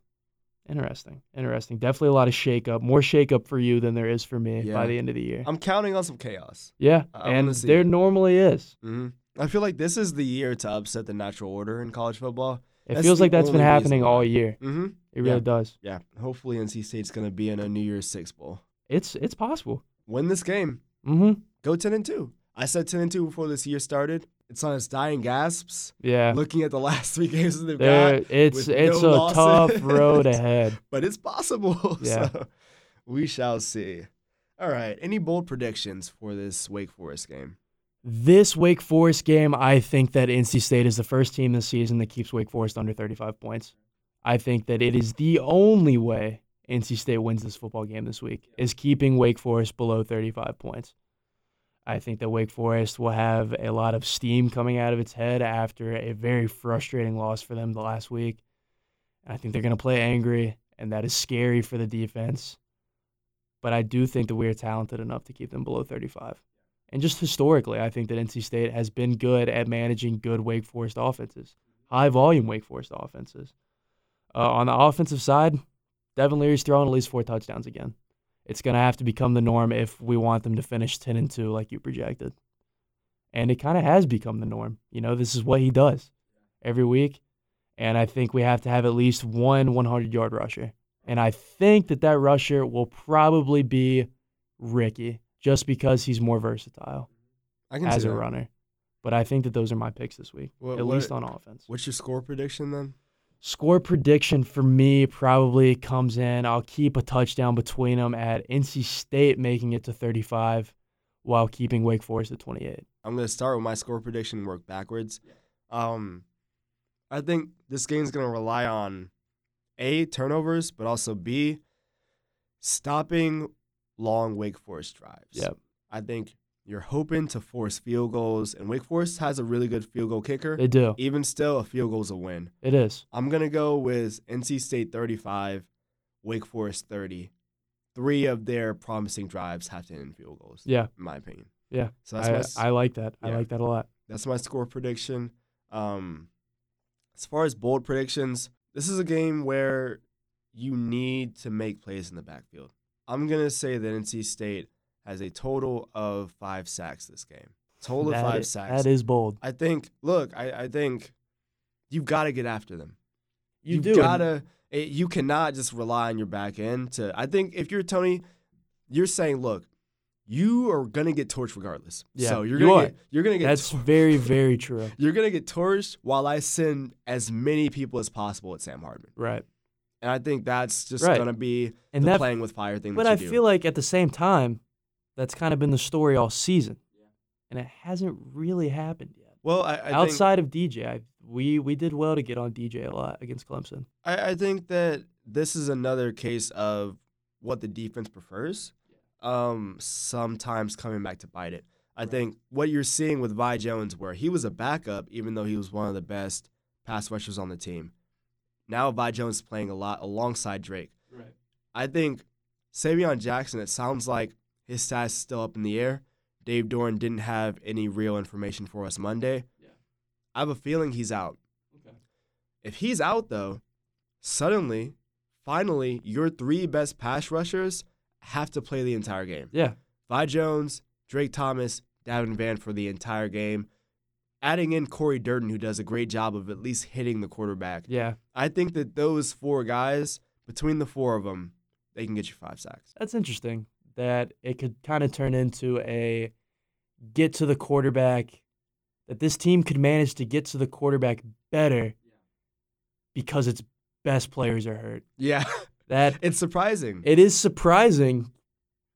[SPEAKER 2] Interesting. Interesting. Definitely a lot of shakeup. More shakeup for you than there is for me
[SPEAKER 1] Yeah.
[SPEAKER 2] by the end of the year.
[SPEAKER 1] I'm counting on some chaos.
[SPEAKER 2] yeah.
[SPEAKER 1] I- I wanna
[SPEAKER 2] and
[SPEAKER 1] see
[SPEAKER 2] there
[SPEAKER 1] it.
[SPEAKER 2] normally is.
[SPEAKER 1] hmm I feel like this is the year to upset the natural order in college football.
[SPEAKER 2] It
[SPEAKER 1] That's
[SPEAKER 2] feels
[SPEAKER 1] the
[SPEAKER 2] like that's been
[SPEAKER 1] only reason
[SPEAKER 2] happening all
[SPEAKER 1] why.
[SPEAKER 2] year.
[SPEAKER 1] Mm-hmm.
[SPEAKER 2] It really
[SPEAKER 1] Yeah.
[SPEAKER 2] does.
[SPEAKER 1] Yeah. Hopefully, NC State's gonna be in a New Year's Six bowl.
[SPEAKER 2] It's it's possible.
[SPEAKER 1] Win this game.
[SPEAKER 2] hmm
[SPEAKER 1] Go ten and two. I said ten and two before this year started. It's on its dying gasps.
[SPEAKER 2] Yeah.
[SPEAKER 1] Looking at the last three games that they've
[SPEAKER 2] There,
[SPEAKER 1] got,
[SPEAKER 2] it's
[SPEAKER 1] with
[SPEAKER 2] it's
[SPEAKER 1] no
[SPEAKER 2] a
[SPEAKER 1] losses.
[SPEAKER 2] tough road ahead.
[SPEAKER 1] but it's possible.
[SPEAKER 2] Yeah.
[SPEAKER 1] so we shall see. All right. Any bold predictions for this Wake Forest game?
[SPEAKER 2] This Wake Forest game, I think that NC State is the first team this season that keeps Wake Forest under 35 points. I think that it is the only way NC State wins this football game this week is keeping Wake Forest below 35 points. I think that Wake Forest will have a lot of steam coming out of its head after a very frustrating loss for them the last week. I think they're going to play angry, and that is scary for the defense. But I do think that we are talented enough to keep them below 35. And just historically, I think that NC State has been good at managing good Wake Forest offenses, high volume Wake Forest offenses. Uh, on the offensive side, Devin Leary's throwing at least four touchdowns again. It's going to have to become the norm if we want them to finish 10 and 2 like you projected. And it kind of has become the norm. You know, this is what he does every week. And I think we have to have at least one 100 yard rusher. And I think that that rusher will probably be Ricky just because he's more versatile
[SPEAKER 1] I can
[SPEAKER 2] as
[SPEAKER 1] see
[SPEAKER 2] a
[SPEAKER 1] that.
[SPEAKER 2] runner. But I think that those are my picks this week,
[SPEAKER 1] What-
[SPEAKER 2] at
[SPEAKER 1] what-
[SPEAKER 2] least on offense.
[SPEAKER 1] What's your score prediction then?
[SPEAKER 2] Score prediction for me probably comes in. I'll keep a touchdown between them at NC State making it to 35 while keeping Wake Forest at 28.
[SPEAKER 1] I'm gonna start with my score prediction and work backwards. Um, I think this game's gonna rely on a turnovers, but also b stopping long Wake Forest drives.
[SPEAKER 2] Yep.
[SPEAKER 1] I think you're hoping to force field goals, and Wake Forest has a really good field goal kicker.
[SPEAKER 2] They do.
[SPEAKER 1] Even still, a field goal's a win.
[SPEAKER 2] It is.
[SPEAKER 1] I'm gonna go with NC State 35, Wake Forest 30. Three of their promising drives have to end in field goals,
[SPEAKER 2] Yeah.
[SPEAKER 1] in my opinion.
[SPEAKER 2] Yeah.
[SPEAKER 1] So that's my
[SPEAKER 2] I,
[SPEAKER 1] s-
[SPEAKER 2] I like that. I
[SPEAKER 1] yeah.
[SPEAKER 2] like that a lot.
[SPEAKER 1] that's my score prediction. Um, as far as bold predictions, this is a game where you need to make plays in the backfield. I'm gonna say that NC State has a total of five sacks this game. Total
[SPEAKER 2] That
[SPEAKER 1] of five
[SPEAKER 2] is-
[SPEAKER 1] sacks.
[SPEAKER 2] That is bold.
[SPEAKER 1] I think. Look, I, I think you've got to get after them.
[SPEAKER 2] You
[SPEAKER 1] You've
[SPEAKER 2] do.
[SPEAKER 1] Gotta. It, you cannot just rely on your back end to. I think if you're Tony, you're saying, look, you are gonna get torched regardless.
[SPEAKER 2] Yeah,
[SPEAKER 1] So you're
[SPEAKER 2] you
[SPEAKER 1] gonna
[SPEAKER 2] are.
[SPEAKER 1] get. You're gonna get.
[SPEAKER 2] That's
[SPEAKER 1] tor-
[SPEAKER 2] very, very true.
[SPEAKER 1] You're gonna get torched while I send as many people as possible at Sam Hardman,
[SPEAKER 2] Right.
[SPEAKER 1] and I think that's just
[SPEAKER 2] Right.
[SPEAKER 1] gonna be
[SPEAKER 2] And
[SPEAKER 1] the
[SPEAKER 2] that
[SPEAKER 1] playing with fire thing.
[SPEAKER 2] But
[SPEAKER 1] that
[SPEAKER 2] I
[SPEAKER 1] you do.
[SPEAKER 2] feel like at the same time, that's kind of been the story all season. And it hasn't really happened yet.
[SPEAKER 1] well, I, I think-
[SPEAKER 2] Outside of DJ, I, we we did well to get on DJ a lot against Clemson.
[SPEAKER 1] I, I think that this is another case of what the defense prefers. Um, sometimes coming back to bite it. I think what you're seeing with Vi Jones, where he was a backup, even though he was one of the best pass rushers on the team. Now Vi Jones is playing a lot alongside Drake.
[SPEAKER 2] Right.
[SPEAKER 1] I think Savion Jackson, it sounds like his stats is still up in the air. Dave Doran didn't have any real information for us Monday.
[SPEAKER 2] Yeah.
[SPEAKER 1] I have a feeling he's out.
[SPEAKER 2] Okay.
[SPEAKER 1] If he's out though, suddenly, finally, your three best pass rushers have to play the entire game.
[SPEAKER 2] Yeah.
[SPEAKER 1] Vi Jones, Drake Thomas, Davin Van for the entire game. Adding in Corey Durden, who does a great job of at least hitting the quarterback.
[SPEAKER 2] Yeah.
[SPEAKER 1] I think that those four guys, between the four of them, they can get you five sacks.
[SPEAKER 2] That's interesting that it could kind of turn into a get to the quarterback, that this team could manage to get to the quarterback better because its best players are hurt.
[SPEAKER 1] Yeah,
[SPEAKER 2] That
[SPEAKER 1] it's surprising.
[SPEAKER 2] it is surprising,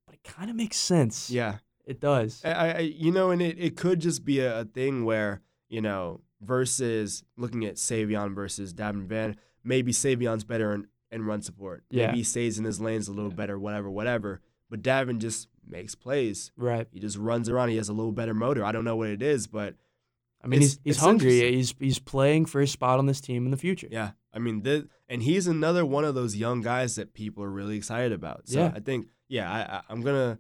[SPEAKER 2] but it kind of makes sense.
[SPEAKER 1] yeah,
[SPEAKER 2] It does.
[SPEAKER 1] I, I, I- you know, and it, it could just be a, a thing where you know versus looking at Savion versus Davin Van, maybe Savion's better in, in run support.
[SPEAKER 2] Yeah.
[SPEAKER 1] Maybe he stays in his lanes a little better, whatever, whatever. But Davin just makes plays.
[SPEAKER 2] Right.
[SPEAKER 1] He just runs around. He has a little better motor. I don't know what it is, but
[SPEAKER 2] I mean,
[SPEAKER 1] It's-
[SPEAKER 2] he's, he's
[SPEAKER 1] it's
[SPEAKER 2] hungry.
[SPEAKER 1] interesting.
[SPEAKER 2] He's he's playing for his spot on this team in the future.
[SPEAKER 1] yeah. I mean, this, and he's another one of those young guys that people are really excited about. So
[SPEAKER 2] Yeah.
[SPEAKER 1] I think, yeah, I, I, I'm gonna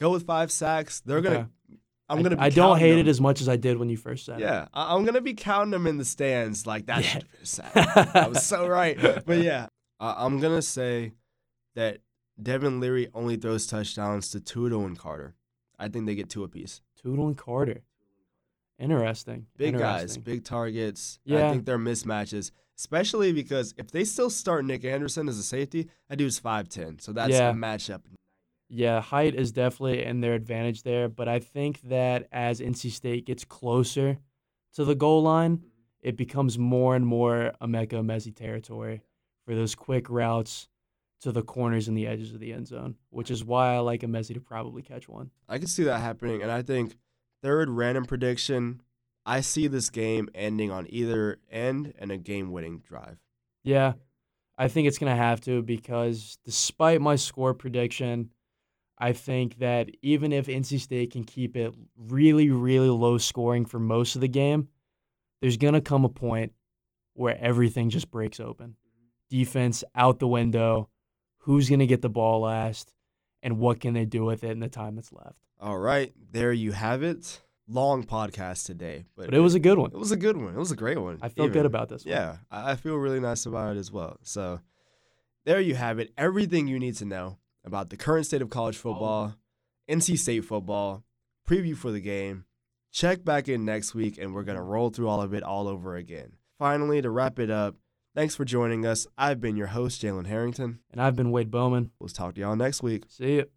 [SPEAKER 1] go with five sacks. They're gonna.
[SPEAKER 2] Okay.
[SPEAKER 1] I'm
[SPEAKER 2] I-
[SPEAKER 1] gonna. Be
[SPEAKER 2] I, don't
[SPEAKER 1] counting
[SPEAKER 2] hate
[SPEAKER 1] them.
[SPEAKER 2] it as much as I did when you first said it.
[SPEAKER 1] Yeah, I- I'm gonna be counting them in the stands. Like that
[SPEAKER 2] Yeah.
[SPEAKER 1] should have been a sack. I was so right. But yeah, I- I'm gonna say that Devin Leary only throws touchdowns to Tudo and Carter. I think they get two apiece.
[SPEAKER 2] Tootle and Carter. Interesting.
[SPEAKER 1] Big guys,
[SPEAKER 2] Interesting.
[SPEAKER 1] big targets. I
[SPEAKER 2] Yeah.
[SPEAKER 1] think they're mismatches, especially because if they still start Nick Anderson as a safety, that dude's five ten. So that's
[SPEAKER 2] Yeah.
[SPEAKER 1] a matchup.
[SPEAKER 2] Yeah, height is definitely in their advantage there, but I think that as NC State gets closer to the goal line, it becomes more and more Emeka Mezzi territory for those quick routes to the corners and the edges of the end zone, which is why I like Mezzi to probably catch one.
[SPEAKER 1] I can see that happening, and I think third random prediction. I see this game ending on either end and a game-winning drive.
[SPEAKER 2] Yeah, I think it's going to have to because despite my score prediction, I think that even if NC State can keep it really, really low scoring for most of the game, there's going to come a point where everything just breaks open. Defense out the window. Who's going to get the ball last? And what can they do with it in the time that's left?
[SPEAKER 1] All right, there you have it. Long podcast today, but,
[SPEAKER 2] But it was a good one.
[SPEAKER 1] it was a good one. It was a great one.
[SPEAKER 2] I felt
[SPEAKER 1] even.
[SPEAKER 2] good about this one.
[SPEAKER 1] Yeah, I I feel really nice about it as well. So there you have it. Everything you need to know about the current state of college football, NC State football, preview for the game. Check back in next week and we're going to roll through all of it all over again. Finally, to wrap it up, thanks for joining us. I've been your host, Jalen Harrington.
[SPEAKER 2] And I've been Wade Bowman.
[SPEAKER 1] We'll talk to y'all next week.
[SPEAKER 2] See you.